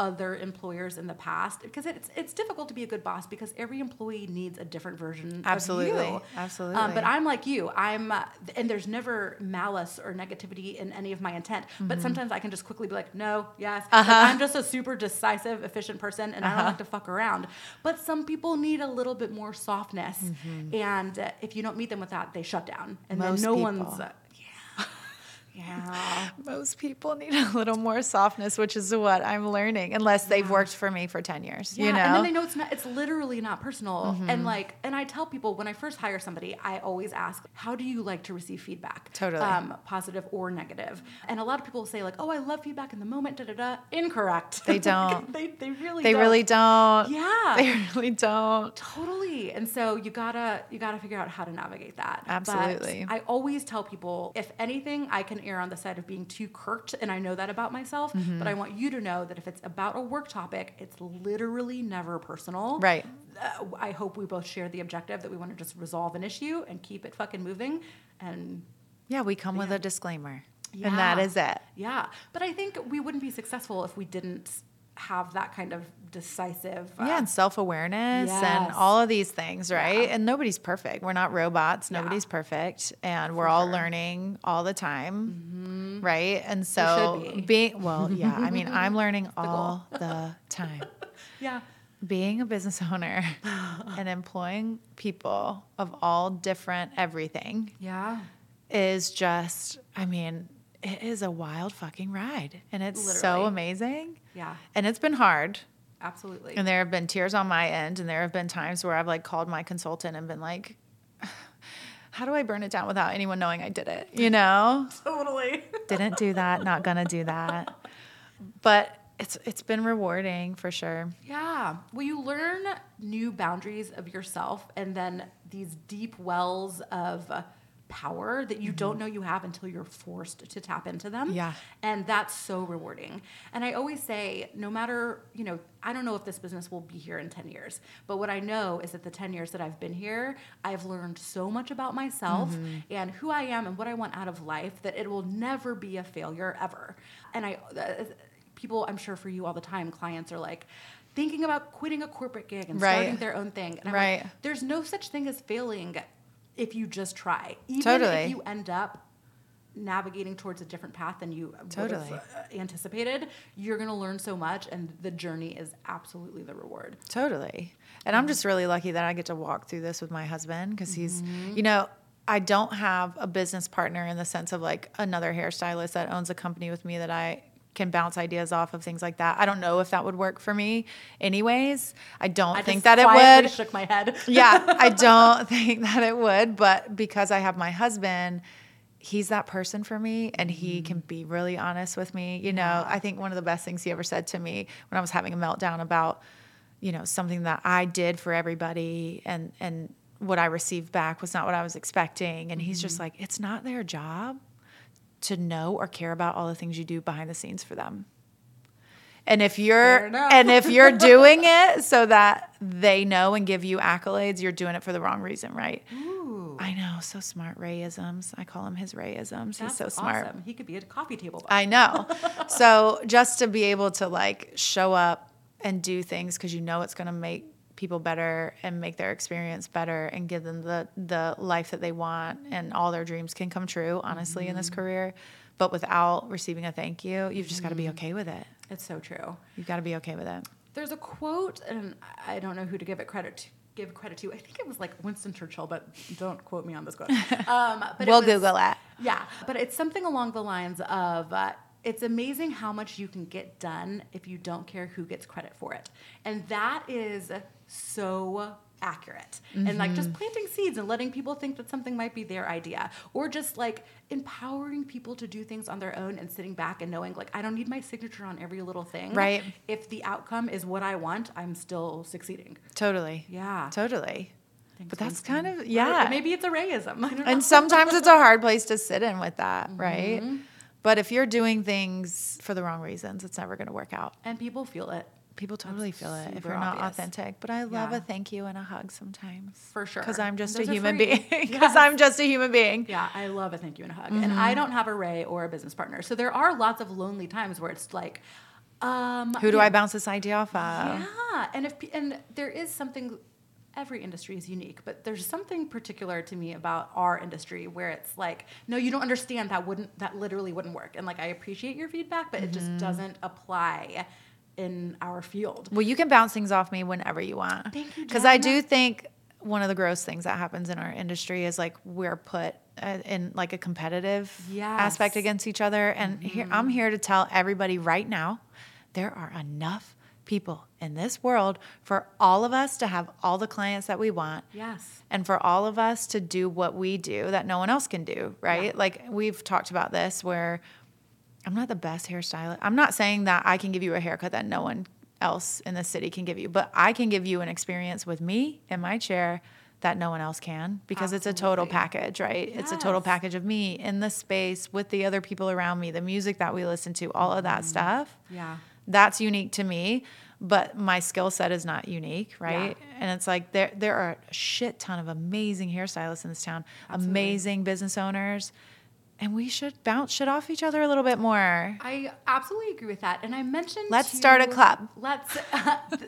A: other employers in the past because it's it's difficult to be a good boss because every employee needs a different version
B: Absolutely.
A: of you. Um,
B: Absolutely.
A: but I'm like you. I'm uh, and there's never malice or negativity in any of my intent.
B: Mm-hmm.
A: But sometimes I can just quickly be like, no, yes. Like,
B: Uh-huh.
A: I'm just a super decisive, efficient person, and I don't like to fuck around. But some people need a little bit more softness, and uh, if you don't meet them with that, they shut down, and
B: Mm-hmm. Most
A: then no
B: people.
A: one's. Uh, yeah. Yeah.
B: Most people need a little more softness, which is what I'm learning, unless they've worked for me for 10 years.
A: Yeah,
B: you know?
A: and
B: Mm-hmm.
A: then they know it's not it's literally not personal. And like and I tell people when I first hire somebody, I always ask, how do you like to receive feedback? Um,
B: Totally.
A: positive or negative. And a lot of people say like, "Oh, I love feedback in the moment." Da da da. Incorrect.
B: They
A: Like,
B: don't.
A: they they really
B: They
A: don't.
B: really don't.
A: Yeah.
B: They really don't.
A: Totally. And so you gotta you gotta figure out how to navigate that. But
B: Absolutely.
A: I always tell people, if anything, I can err on the side of being too curt, and I know that about myself.
B: Mm-hmm.
A: But I want you to know that if it's about a work topic, it's literally never personal.
B: Right.
A: Uh, I hope we both share the objective that we want to just resolve an issue and keep it fucking moving. And
B: Yeah, we come with a disclaimer. And that
A: Yeah.
B: is it.
A: yeah, but I think we wouldn't be successful if we didn't have that kind of decisive. uh,
B: Yeah, and self awareness and
A: Yes.
B: all of these things, right? And nobody's perfect. We're not robots.
A: Yeah.
B: Nobody's perfect. And we're all
A: sure.
B: learning all the time, right? And so,
A: should be.
B: being, well, yeah, I mean, I'm learning all the time.
A: yeah.
B: Being a business owner and employing people of all different everything
A: Yeah.
B: is just, I mean, it is a wild fucking ride. And it's so
A: Literally.
B: amazing.
A: Yeah.
B: And it's been hard.
A: Absolutely.
B: And there have been tears on my end. And there have been times where I've like called my consultant and been like, how do I burn it down without anyone knowing I did it? You know?
A: totally.
B: Didn't do that, not gonna do that. But it's it's been rewarding for sure.
A: Yeah. Well, you learn new boundaries of yourself and then these deep wells of uh, power that you don't know you have until you're forced to tap into them.
B: Yeah.
A: And that's so rewarding. And I always say, no matter, you know, I don't know if this business will be here in 10 years, but what I know is that the 10 years that I've been here, I've learned so much about myself
B: Mm-hmm.
A: and who I am and what I want out of life that it will never be a failure ever. And I, uh, people, I'm sure for you all the time, clients are like, thinking about quitting a corporate gig and
B: Right.
A: starting their own thing. And I'm like,
B: Right.
A: there's no such thing as failing if you just try. Even
B: Totally.
A: if you end up navigating towards a different path than you
B: Totally.
A: would have uh, anticipated, you're going to learn so much, and the journey is absolutely the reward.
B: Totally. And I'm just really lucky that I get to walk through this with my husband because he's,
A: Mm-hmm.
B: you know, I don't have a business partner in the sense of like another hairstylist that owns a company with me that I can bounce ideas off of things like that. I don't know if that would work for me anyways. I don't
A: I
B: think
A: just
B: that it
A: quietly
B: would.
A: Shook my head.
B: yeah, I don't think that it would, but because I have my husband, he's that person for me and he can be really honest with me. You know, I think one of the best things he ever said to me when I was having a meltdown about, you know, something that I did for everybody and and what I received back was not what I was expecting and he's just like, it's not their job to know or care about all the things you do behind the scenes for them. And if
A: Fair
B: you're
A: enough.
B: and if you're doing it so that they know and give you accolades, you're doing it for the wrong reason, right? I know, so smart Rayisms. I call him his Rayisms. He's
A: That's
B: so smart.
A: Awesome. He could be at a coffee table.
B: I know. so just to be able to like show up and do things because you know it's going to make people better and make their experience better and give them the the life that they want and all their dreams can come true. Honestly, in
A: Mm-hmm.
B: this career, but without receiving a thank you, you've just got to
A: Mm-hmm.
B: be okay with it.
A: it's so true.
B: You've got to be okay with it.
A: There's a quote, and I don't know who to give it credit to. Give credit to. I think it was like Winston Churchill, but don't quote me on this quote. Um, but it
B: we'll
A: was-
B: Google it.
A: Yeah, but it's something along the lines of uh, it's amazing how much you can get done if you don't care who gets credit for it. And that is so accurate and like
B: Mm-hmm.
A: just planting seeds and letting people think that something might be their idea or just like empowering people to do things on their own and sitting back and knowing like i don't need my signature on every little thing
B: Right.
A: if the outcome is what i want i'm still succeeding
B: Totally.
A: yeah
B: Totally.
A: Thanks,
B: but that's
A: Winston.
B: kind of
A: Or
B: yeah.
A: maybe it's a rayism i don't know
B: and sometimes it's a hard place to sit in with that, right? But if you're doing things for the wrong reasons, it's never going to work out.
A: and people feel it
B: People totally feel it if
A: super
B: you're not
A: obvious.
B: authentic. But I love
A: Yeah.
B: a thank you and a hug sometimes.
A: For sure.
B: Because I'm
A: And
B: just a
A: those are
B: human
A: free.
B: being. Because
A: Yes.
B: I'm just a human being.
A: Yeah, I love a thank you and a hug. And
B: Mm-hmm.
A: I don't have a Ray or a business partner. So there are lots of lonely times where it's like, um,
B: Who do
A: you
B: I bounce this idea off of?
A: Yeah, and if pe- and there is something. Every industry is unique, but there's something particular to me about our industry where it's like, no, you don't understand. That wouldn't. That literally wouldn't work. And like, I appreciate your feedback, but it
B: Mm-hmm.
A: just doesn't apply in our field.
B: Well, you can bounce things off me whenever you want.
A: Thank you,
B: Because I
A: Jenna.
B: do think one of the gross things that happens in our industry is like we're put uh, in like a competitive aspect
A: Yes. Mm-hmm.
B: against each other. And here, I'm here to tell everybody right now there are enough people in this world for all of us to have all the clients that we want
A: Yes.
B: and for all of us to do what we do that no one else can do, right? Like we've talked about this where I'm not the best hairstylist. I'm not saying that I can give you a haircut that no one else in the city can give you, but I can give you an experience with me in my chair that no one else can because it's a total
A: Absolutely.
B: package, right? It's a total
A: Yes.
B: package of me in the space with the other people around me, the music that we listen to, all of
A: Mm-hmm.
B: that stuff
A: Yeah.
B: that's unique to me but my skill set is not unique right and it's like there there are a shit ton of amazing hairstylists in this town amazing business owners and we should bounce shit off each other a little bit more
A: I absolutely agree with that. And I mentioned
B: Let's start a club.
A: Let's.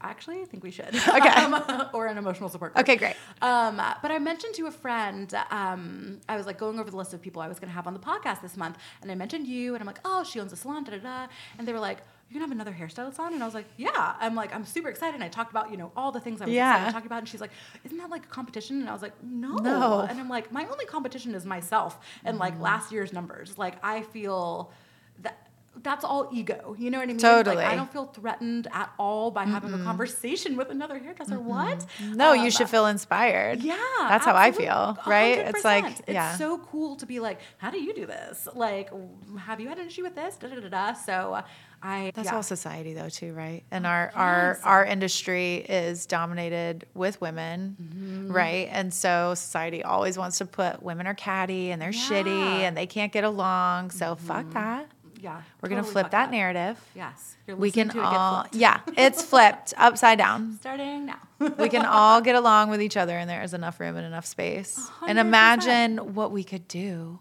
A: actually, I think we should.
B: Okay.
A: Um, or an emotional support group.
B: Okay, great.
A: Um, but I mentioned to a friend, um, I was like going over the list of people I was going to have on the podcast this month, and I mentioned you, and I'm like, oh, she owns a salon, da da da, and they were like. You're gonna have another hairstylist on, and I was like, "Yeah." I'm like, I'm super excited. And I talked about, you know, all the things I was
B: Yeah.
A: excited to talk about, and she's like, "Isn't that like a competition?" And I was like, "No."
B: No. Mm-hmm.
A: And I'm like, my only competition is myself and like last year's numbers. Like I feel that that's all ego. You know what I mean?
B: Totally.
A: Like I don't feel threatened at all by having a conversation with another hairdresser. What?
B: no you
A: Um,
B: should feel inspired
A: Yeah.
B: that's how i
A: absolute-
B: feel right it's like
A: 100%.
B: yeah
A: It's so cool to be like, how do you do this? Like, w- have you had an issue with this? Da da da da. So uh, I
B: That's
A: yeah.
B: all society though too, right? And our our
A: yes.
B: our industry is dominated with women,
A: Mm-hmm.
B: right? And so society always wants to put women are catty and they're shitty
A: Yeah.
B: and they can't get along. So fuck that.
A: yeah. totally
B: We're gonna flip
A: fucked
B: that
A: up.
B: narrative.
A: Yes. You're
B: We
A: listening
B: can
A: to it get
B: all
A: flipped.
B: yeah, it's flipped upside down.
A: Starting now.
B: We can all get along with each other, and there is enough room and enough space. And
A: 100%.
B: imagine what we could do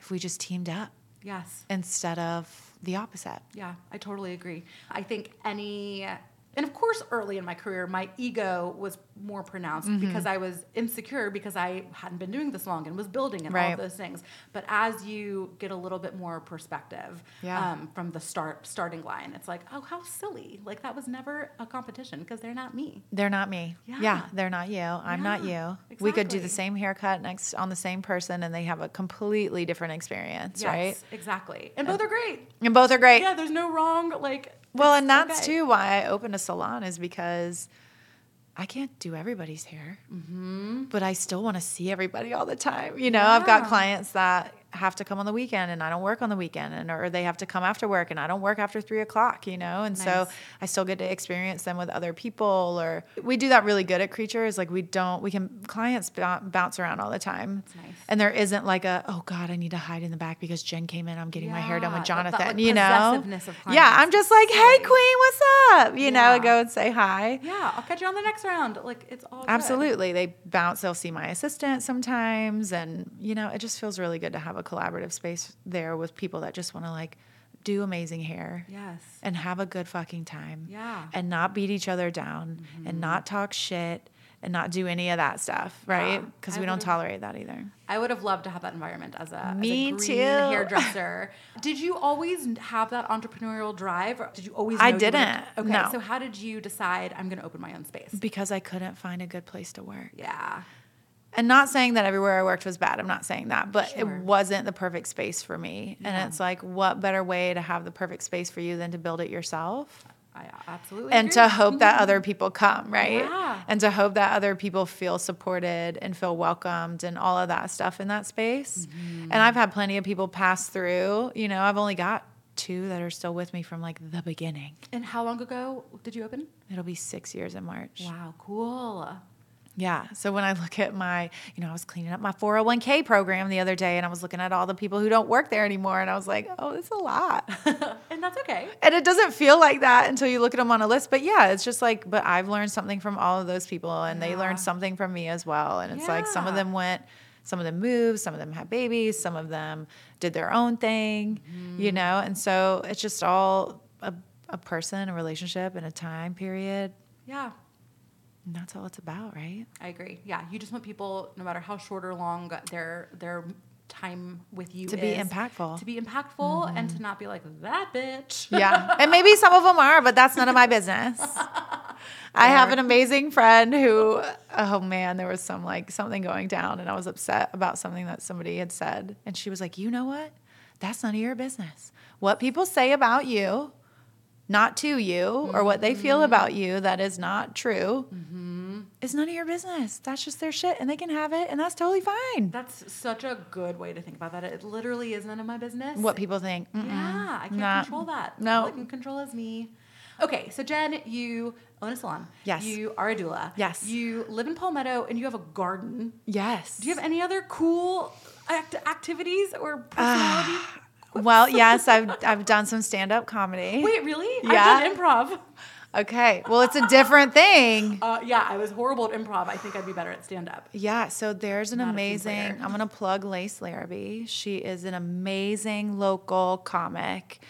B: if we just teamed up
A: yes.
B: instead of the opposite.
A: Yeah, I totally agree. I think any, and of course, early in my career, my ego was more pronounced
B: Mm-hmm.
A: because I was insecure because I hadn't been doing this long and was building and all
B: Right.
A: of those things. But as you get a little bit more perspective
B: Yeah.
A: um, from the start starting line, it's like, oh, how silly! Like that was never a competition because they're not me.
B: They're not me. Yeah,
A: Yeah.
B: they're not you. I'm not you.
A: Yeah,
B: We could do the
A: exactly.
B: same haircut next on the same person and they have a completely different experience, right?
A: exactly. And both are great.
B: And both are great.
A: Yeah, there's no wrong. Like
B: well,
A: it's
B: and that's
A: okay.
B: too why I opened a salon is because I can't do everybody's hair, but I still want to see everybody all the time. You know, I've
A: Mm-hmm.
B: got
A: Yeah.
B: clients that have to come on the weekend and I don't work on the weekend, and or they have to come after work and I don't work after three o'clock. You know, and so
A: Nice.
B: I still get to experience them with other people. Or we do that really good at creatures. Like we don't, we can clients bou- bounce around all the time.
A: That's nice.
B: And there isn't like a oh god, I need to hide in the back because Jen came in. I'm getting my hair done with
A: Yeah, that- that,
B: Jonathan.
A: like,
B: you know,
A: possessiveness of
B: yeah,
A: clients
B: I'm
A: is
B: just like, hey,
A: silly.
B: queen, what's up? You know, I
A: Yeah.
B: go and say hi.
A: Yeah, I'll catch you on the next round. Like it's all good.
B: Absolutely. They bounce, they'll see my assistant sometimes. And, you know, it just feels really good to have a collaborative space there with people that just want to like do amazing hair
A: Yes.
B: and have a good fucking time.
A: Yeah. Mm-hmm.
B: And not beat each other down and not talk shit and not do any of that stuff, right?
A: Yeah.
B: Because
A: I
B: we don't
A: would've-
B: tolerate that either.
A: I would have loved to have that environment as a,
B: Me
A: as a
B: too.
A: green hairdresser. did you always have that entrepreneurial drive? Or did you always?
B: I
A: know you wanted to-
B: didn't,
A: okay,
B: no.
A: so how did you decide I'm going to open my own space?
B: Because I couldn't find a good place to work.
A: Yeah,
B: and not saying that everywhere I worked was bad. I'm not saying that, but it
A: Sure.
B: wasn't the perfect space for me. And it's like, what better way to have the perfect space for you than to build it yourself?
A: I uh, absolutely
B: and
A: agree. Mm-hmm.
B: to hope that other people come, right?
A: Yeah.
B: And to hope that other people feel supported and feel welcomed and all of that stuff in that space.
A: Mm-hmm.
B: And I've had plenty of people pass through. You know, I've only got two that are still with me from like the beginning.
A: And how long ago did you open?
B: It'll be six years in March.
A: Wow, cool.
B: Yeah. So when I look at my, you know, I was cleaning up my 401k program the other day and I was looking at all the people who don't work there anymore. And I was like, oh, it's a lot.
A: and that's okay.
B: and it doesn't feel like that until you look at them on a list. But yeah, it's just like, but I've learned something from all of those people and they
A: Yeah.
B: learned something from me as well. And it's like some of
A: Yeah.
B: them went, some of them moved, some of them had babies, some of them did their own thing, you
A: Mm.
B: know? And so it's just all a, a person, a relationship, and a time period.
A: Yeah,
B: And that's all it's about, right?
A: I agree. Yeah, you just want people, no matter how short or long their their time with you
B: To be
A: is,
B: impactful. Mm-hmm.
A: to be impactful, and to not be like that bitch.
B: Yeah. And maybe some of them are, but that's none of my business. I have an amazing friend who, oh man, there was some like something going down and I was upset about something that somebody had said. And she was like, you know what? That's none of your business. What people say about you, not to you, or what they
A: Mm-hmm.
B: feel about you that is not true, is none of your business. That's just their shit and they can have it and that's totally fine.
A: That's such a good way to think about that. It literally is none of my business.
B: what people think. Mm-mm.
A: Yeah, I can't
B: Nah.
A: control that.
B: No.
A: All I can control is me. Okay, so Jen, you own a salon.
B: Yes.
A: You are a doula.
B: Yes.
A: You live in Palmetto and you have a garden.
B: Yes.
A: Do you have any other cool act- activities or personality?
B: Ah. Well, yes, I've I've done some stand up comedy.
A: Wait, really?
B: Yeah.
A: I've done improv.
B: Okay. Well, it's a different thing.
A: Uh, yeah, I was horrible at improv. I think I'd be better at stand up.
B: Yeah, so there's an
A: Not a team player.
B: amazing. I'm gonna plug Lace Larrabee. She is an amazing local comic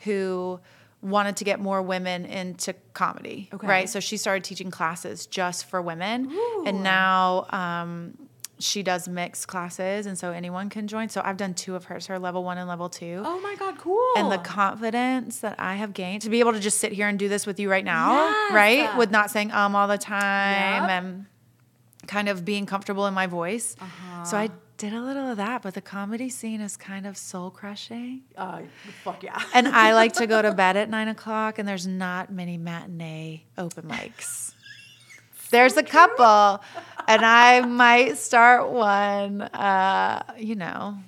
B: who wanted to get more women into comedy.
A: Okay.
B: Right. So she started teaching classes just for women,
A: Ooh.
B: and now um, she does mixed classes, and so anyone can join. So I've done two of hers, her level one and level two.
A: Oh my God, cool.
B: and the confidence that I have gained to be able to just sit here and do this with you right now,
A: Yes.
B: right? With not saying um all the time
A: Yep.
B: and kind of being comfortable in my voice. So
A: Uh-huh.
B: I did a little of that, but the comedy scene is kind of soul crushing.
A: uh, fuck yeah.
B: And I like to go to bed at nine o'clock, and there's not many matinee open mics. There's a couple, and I might start one. Uh, you know,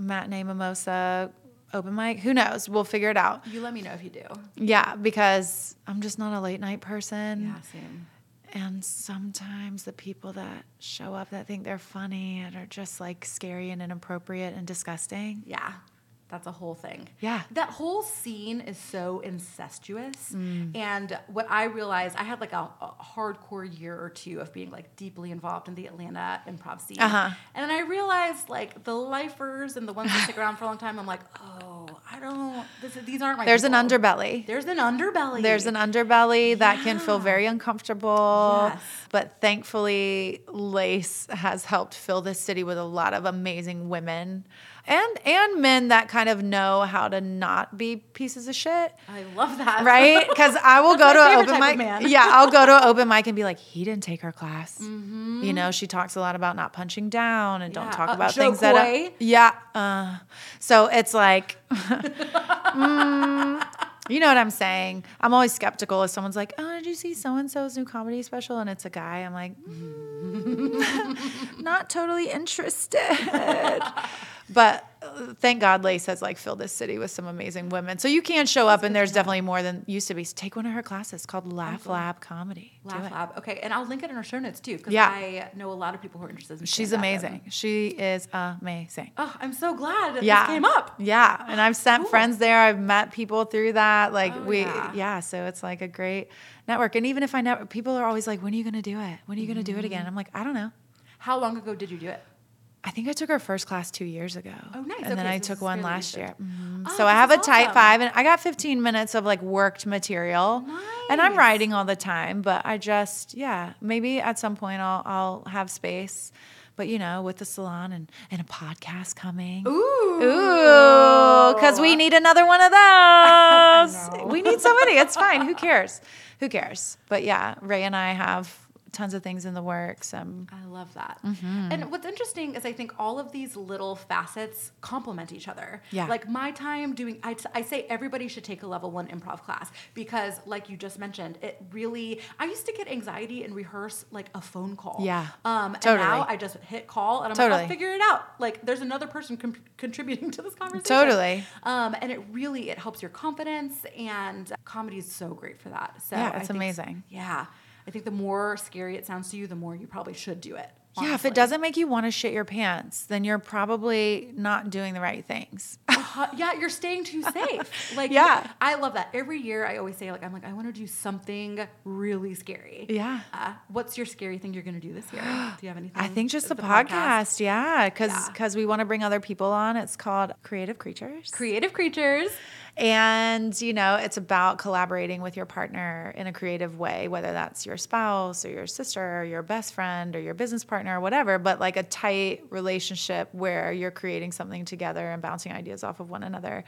B: matinee mimosa open mic. Who knows? We'll figure it out.
A: you let me know if you do.
B: Yeah, because I'm just not a late night person.
A: Yeah, same.
B: And sometimes the people that show up that think they're funny and are just like scary and inappropriate and disgusting.
A: Yeah. That's a whole thing.
B: Yeah.
A: That whole scene is so incestuous.
B: Mm.
A: And what I realized, I had like a, a hardcore year or two of being like deeply involved in the Atlanta improv scene.
B: Uh-huh.
A: And then I realized like the lifers and the ones that stick around for a long time, I'm like, oh, I don't, this, is- these aren't my
B: There's
A: people.
B: an underbelly.
A: There's an underbelly.
B: There's an underbelly that can feel
A: Yeah.
B: very uncomfortable.
A: Yes.
B: But thankfully, Lace has helped fill this city with a lot of amazing women and and men that kind of know how to not be pieces of shit.
A: I love that.
B: Right? Because I will go
A: That's
B: to
A: my
B: an
A: favorite
B: open
A: type
B: mic.
A: of man.
B: Yeah, I'll go to an open mic and be like, he didn't take her class. You know, she talks a lot about not punching down and
A: Mm-hmm. Yeah,
B: don't talk
A: uh,
B: about
A: Joe
B: things that.
A: Coy.
B: Are, yeah. Uh, so it's like, mm, you know what I'm saying? I'm always skeptical if someone's like, oh, did you see so and so's new comedy special? And it's a guy. I'm like, not totally interested. but uh, thank God Lace has like filled this city with some amazing women. So you can show up and there's definitely more than used to be. So take one of her classes called Laugh Lab Comedy. Do
A: Laugh
B: it.
A: Lab. Okay. And I'll link it in our show notes too, because
B: Yeah.
A: I know a lot of people who are interested in
B: She's
A: stand-up.
B: amazing. She is amazing.
A: Oh, I'm so glad that
B: Yeah.
A: this came up.
B: Yeah. And I've sent
A: Cool.
B: friends there. I've met people through that. Like
A: Oh,
B: we
A: yeah.
B: yeah. So it's like a great network. And even if I never people are always like, When are you gonna do it? When are you gonna do it
A: Mm-hmm.
B: again? I'm like, I don't know.
A: How long ago did you do it?
B: I think I took our first class two years ago.
A: Oh, nice.
B: And
A: Okay,
B: then I
A: so this
B: took
A: is
B: one
A: fairly
B: last year.
A: recent.
B: Mhm.
A: Oh,
B: so I
A: this
B: have a
A: is
B: type
A: awesome.
B: five, and I got 15 minutes of like worked material. And I'm
A: Nice.
B: writing all the time, but I just, yeah, maybe at some point I'll, I'll have space. But you know, with the salon and, and a podcast coming.
A: Ooh.
B: Ooh, because we need another one of those.
A: know.
B: we need so many. It's fine. Who cares? Who cares? But yeah, Ray and I have tons of things in the works. Um,
A: I love that.
B: Mm-hmm.
A: And what's interesting is I think all of these little facets complement each other.
B: Yeah.
A: Like my time doing, I, I say everybody should take a level one improv class because, like you just mentioned, it really, I used to get anxiety and rehearse like a phone call.
B: Yeah.
A: Um, And
B: Totally.
A: now I just hit call and I'm like, I'll
B: Totally.
A: figure it out. Like there's another person com- contributing to this conversation.
B: Totally.
A: Um, and it really, it helps your confidence and comedy is so great for that. So
B: Yeah,
A: I
B: it's
A: think-
B: amazing.
A: yeah. I think the more scary it sounds to you, the more you probably should do it.
B: yeah, if
A: honestly.
B: it doesn't make you want to shit your pants, then you're probably not doing the right things.
A: Uh, yeah, you're staying too safe. Like,
B: Yeah.
A: I love that. Every year, I always say, like, I'm like, I want to do something really scary.
B: Yeah.
A: Uh, what's your scary thing you're going to do this year? Do you have anything?
B: I think just the, podcast. yeah, 'cause Yeah, because
A: Mm, Yeah.
B: we want to bring other people on. It's called Creative Creatures.
A: Creative creatures.
B: And, you know, it's about collaborating with your partner in a creative way, whether that's your spouse or your sister or your best friend or your business partner or whatever, but like a tight relationship where you're creating something together and bouncing ideas off of one another.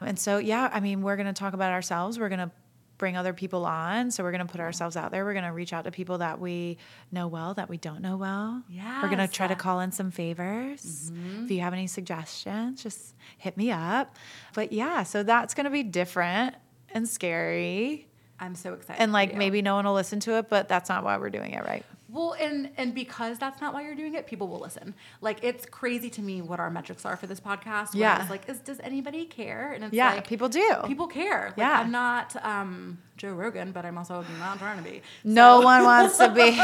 B: And so, yeah, I mean, we're going to talk about ourselves. We're going to bring other people on. So, we're going to put ourselves out there. We're going to reach out to people that we know well, that we don't know well. We're going to
A: Yes.
B: try to call in some favors.
A: Mm-hmm.
B: If you have any suggestions, just hit me up. But yeah, so that's going to be different and scary.
A: I'm so excited.
B: And
A: for
B: like
A: you.
B: maybe no one will listen to it, but that's not why we're doing it, right?
A: Well, and and because that's not why you're doing it, people will listen. Like it's crazy to me what our metrics are for this podcast. where
B: Yeah.
A: it's like, is does anybody care? And it's
B: Yeah,
A: like
B: people do.
A: People care. Like,
B: Yeah.
A: I'm not um, Joe Rogan, but I'm also not trying to be.
B: No
A: So-
B: one wants to be.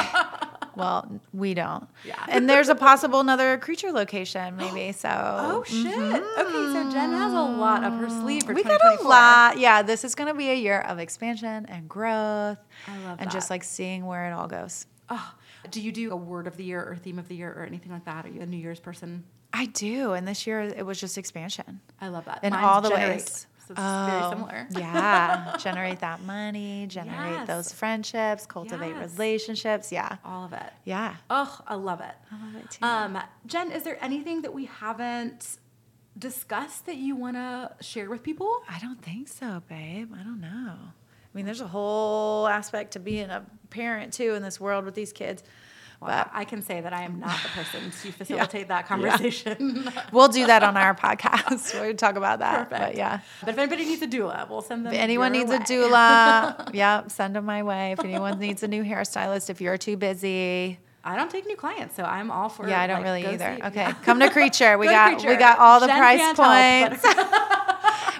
B: Well, we don't.
A: Yeah.
B: And there's a possible another creature location, maybe. So
A: Oh shit. Okay, so Jen has a lot up her sleeve for
B: we got a
A: 2024.
B: lot. Yeah, this is going to be a year of expansion and growth.
A: I love
B: And just
A: that.
B: like seeing where it all goes.
A: Oh, do you do a word of the year or theme of the year or anything like that? Are you a New Year's person?
B: I do. And this year it was just expansion.
A: I love that.
B: in
A: Mine's
B: all the
A: generate,
B: ways.
A: So it's very
B: Oh,
A: similar.
B: yeah. generate that money, generate
A: Yes.
B: those friendships, cultivate
A: Yes.
B: relationships. Yeah.
A: All of it.
B: Yeah.
A: Oh, I love it.
B: I love it too.
A: Um, Jen, is there anything that we haven't discussed that you want to share with people?
B: I don't think so, babe. I don't know. I mean, there's a whole aspect to being a parent too in this world with these kids.
A: Well, I can say that I am not the person to facilitate that conversation.
B: But we'll do that on our podcast. We'll talk about that. But
A: Perfect.
B: yeah.
A: but if anybody needs a doula, we'll send them.
B: If anyone
A: your
B: needs a
A: way.
B: doula, yep, send them my way. If anyone needs a new hairstylist, if you're too busy,
A: I don't take new clients, so I'm all for.
B: yeah, I don't
A: like,
B: really
A: go
B: either.
A: see-
B: Okay,
A: yeah.
B: come to creature. We
A: Go to
B: got we
A: Creature.
B: got all the
A: Jen
B: price
A: can't help,
B: points.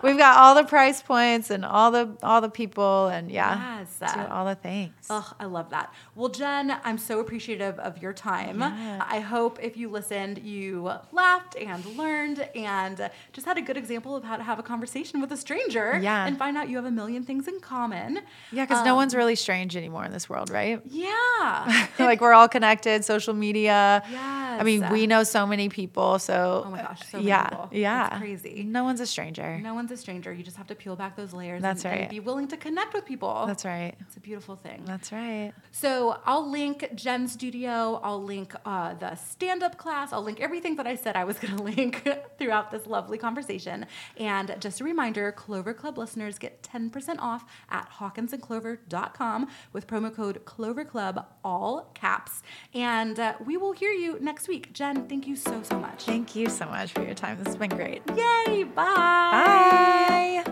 B: We've got all the price points and all the all the people and yeah,
A: Yes. uh,
B: do all the things.
A: Oh, I love that. Well, Jen, I'm so appreciative of your time.
B: Yes.
A: I hope if you listened, you laughed and learned and just had a good example of how to have a conversation with a stranger
B: Yeah.
A: and find out you have a million things in common. Um,
B: Yeah, because no one's really strange anymore in this world, right?
A: Yeah.
B: like we're all connected, social media. I mean,
A: Yes.
B: we know so many people. So uh,
A: Oh my gosh, so many
B: yeah,
A: people.
B: yeah,
A: That's crazy.
B: No one's a stranger.
A: No one's a stranger. You just have to peel back those layers
B: That's
A: and, and
B: right.
A: be willing to connect with people.
B: That's right.
A: It's a beautiful thing.
B: That's right.
A: So I'll link Jen's studio. I'll link uh, the stand up class. I'll link everything that I said I was going to link throughout this lovely conversation. And just a reminder Clover Club listeners get 10% off at hawkinsandclover.com with promo code Clover Club, all caps. And uh, we will hear you next week. Jen, thank you so, so much.
B: Thank you so much for your time. This has been great.
A: Yay.
B: Bye.
A: Bye.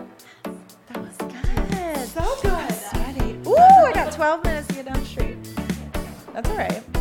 B: That was Oh, good.
A: So good.
B: Ooh, I got 12 minutes to get down the street. That's all right.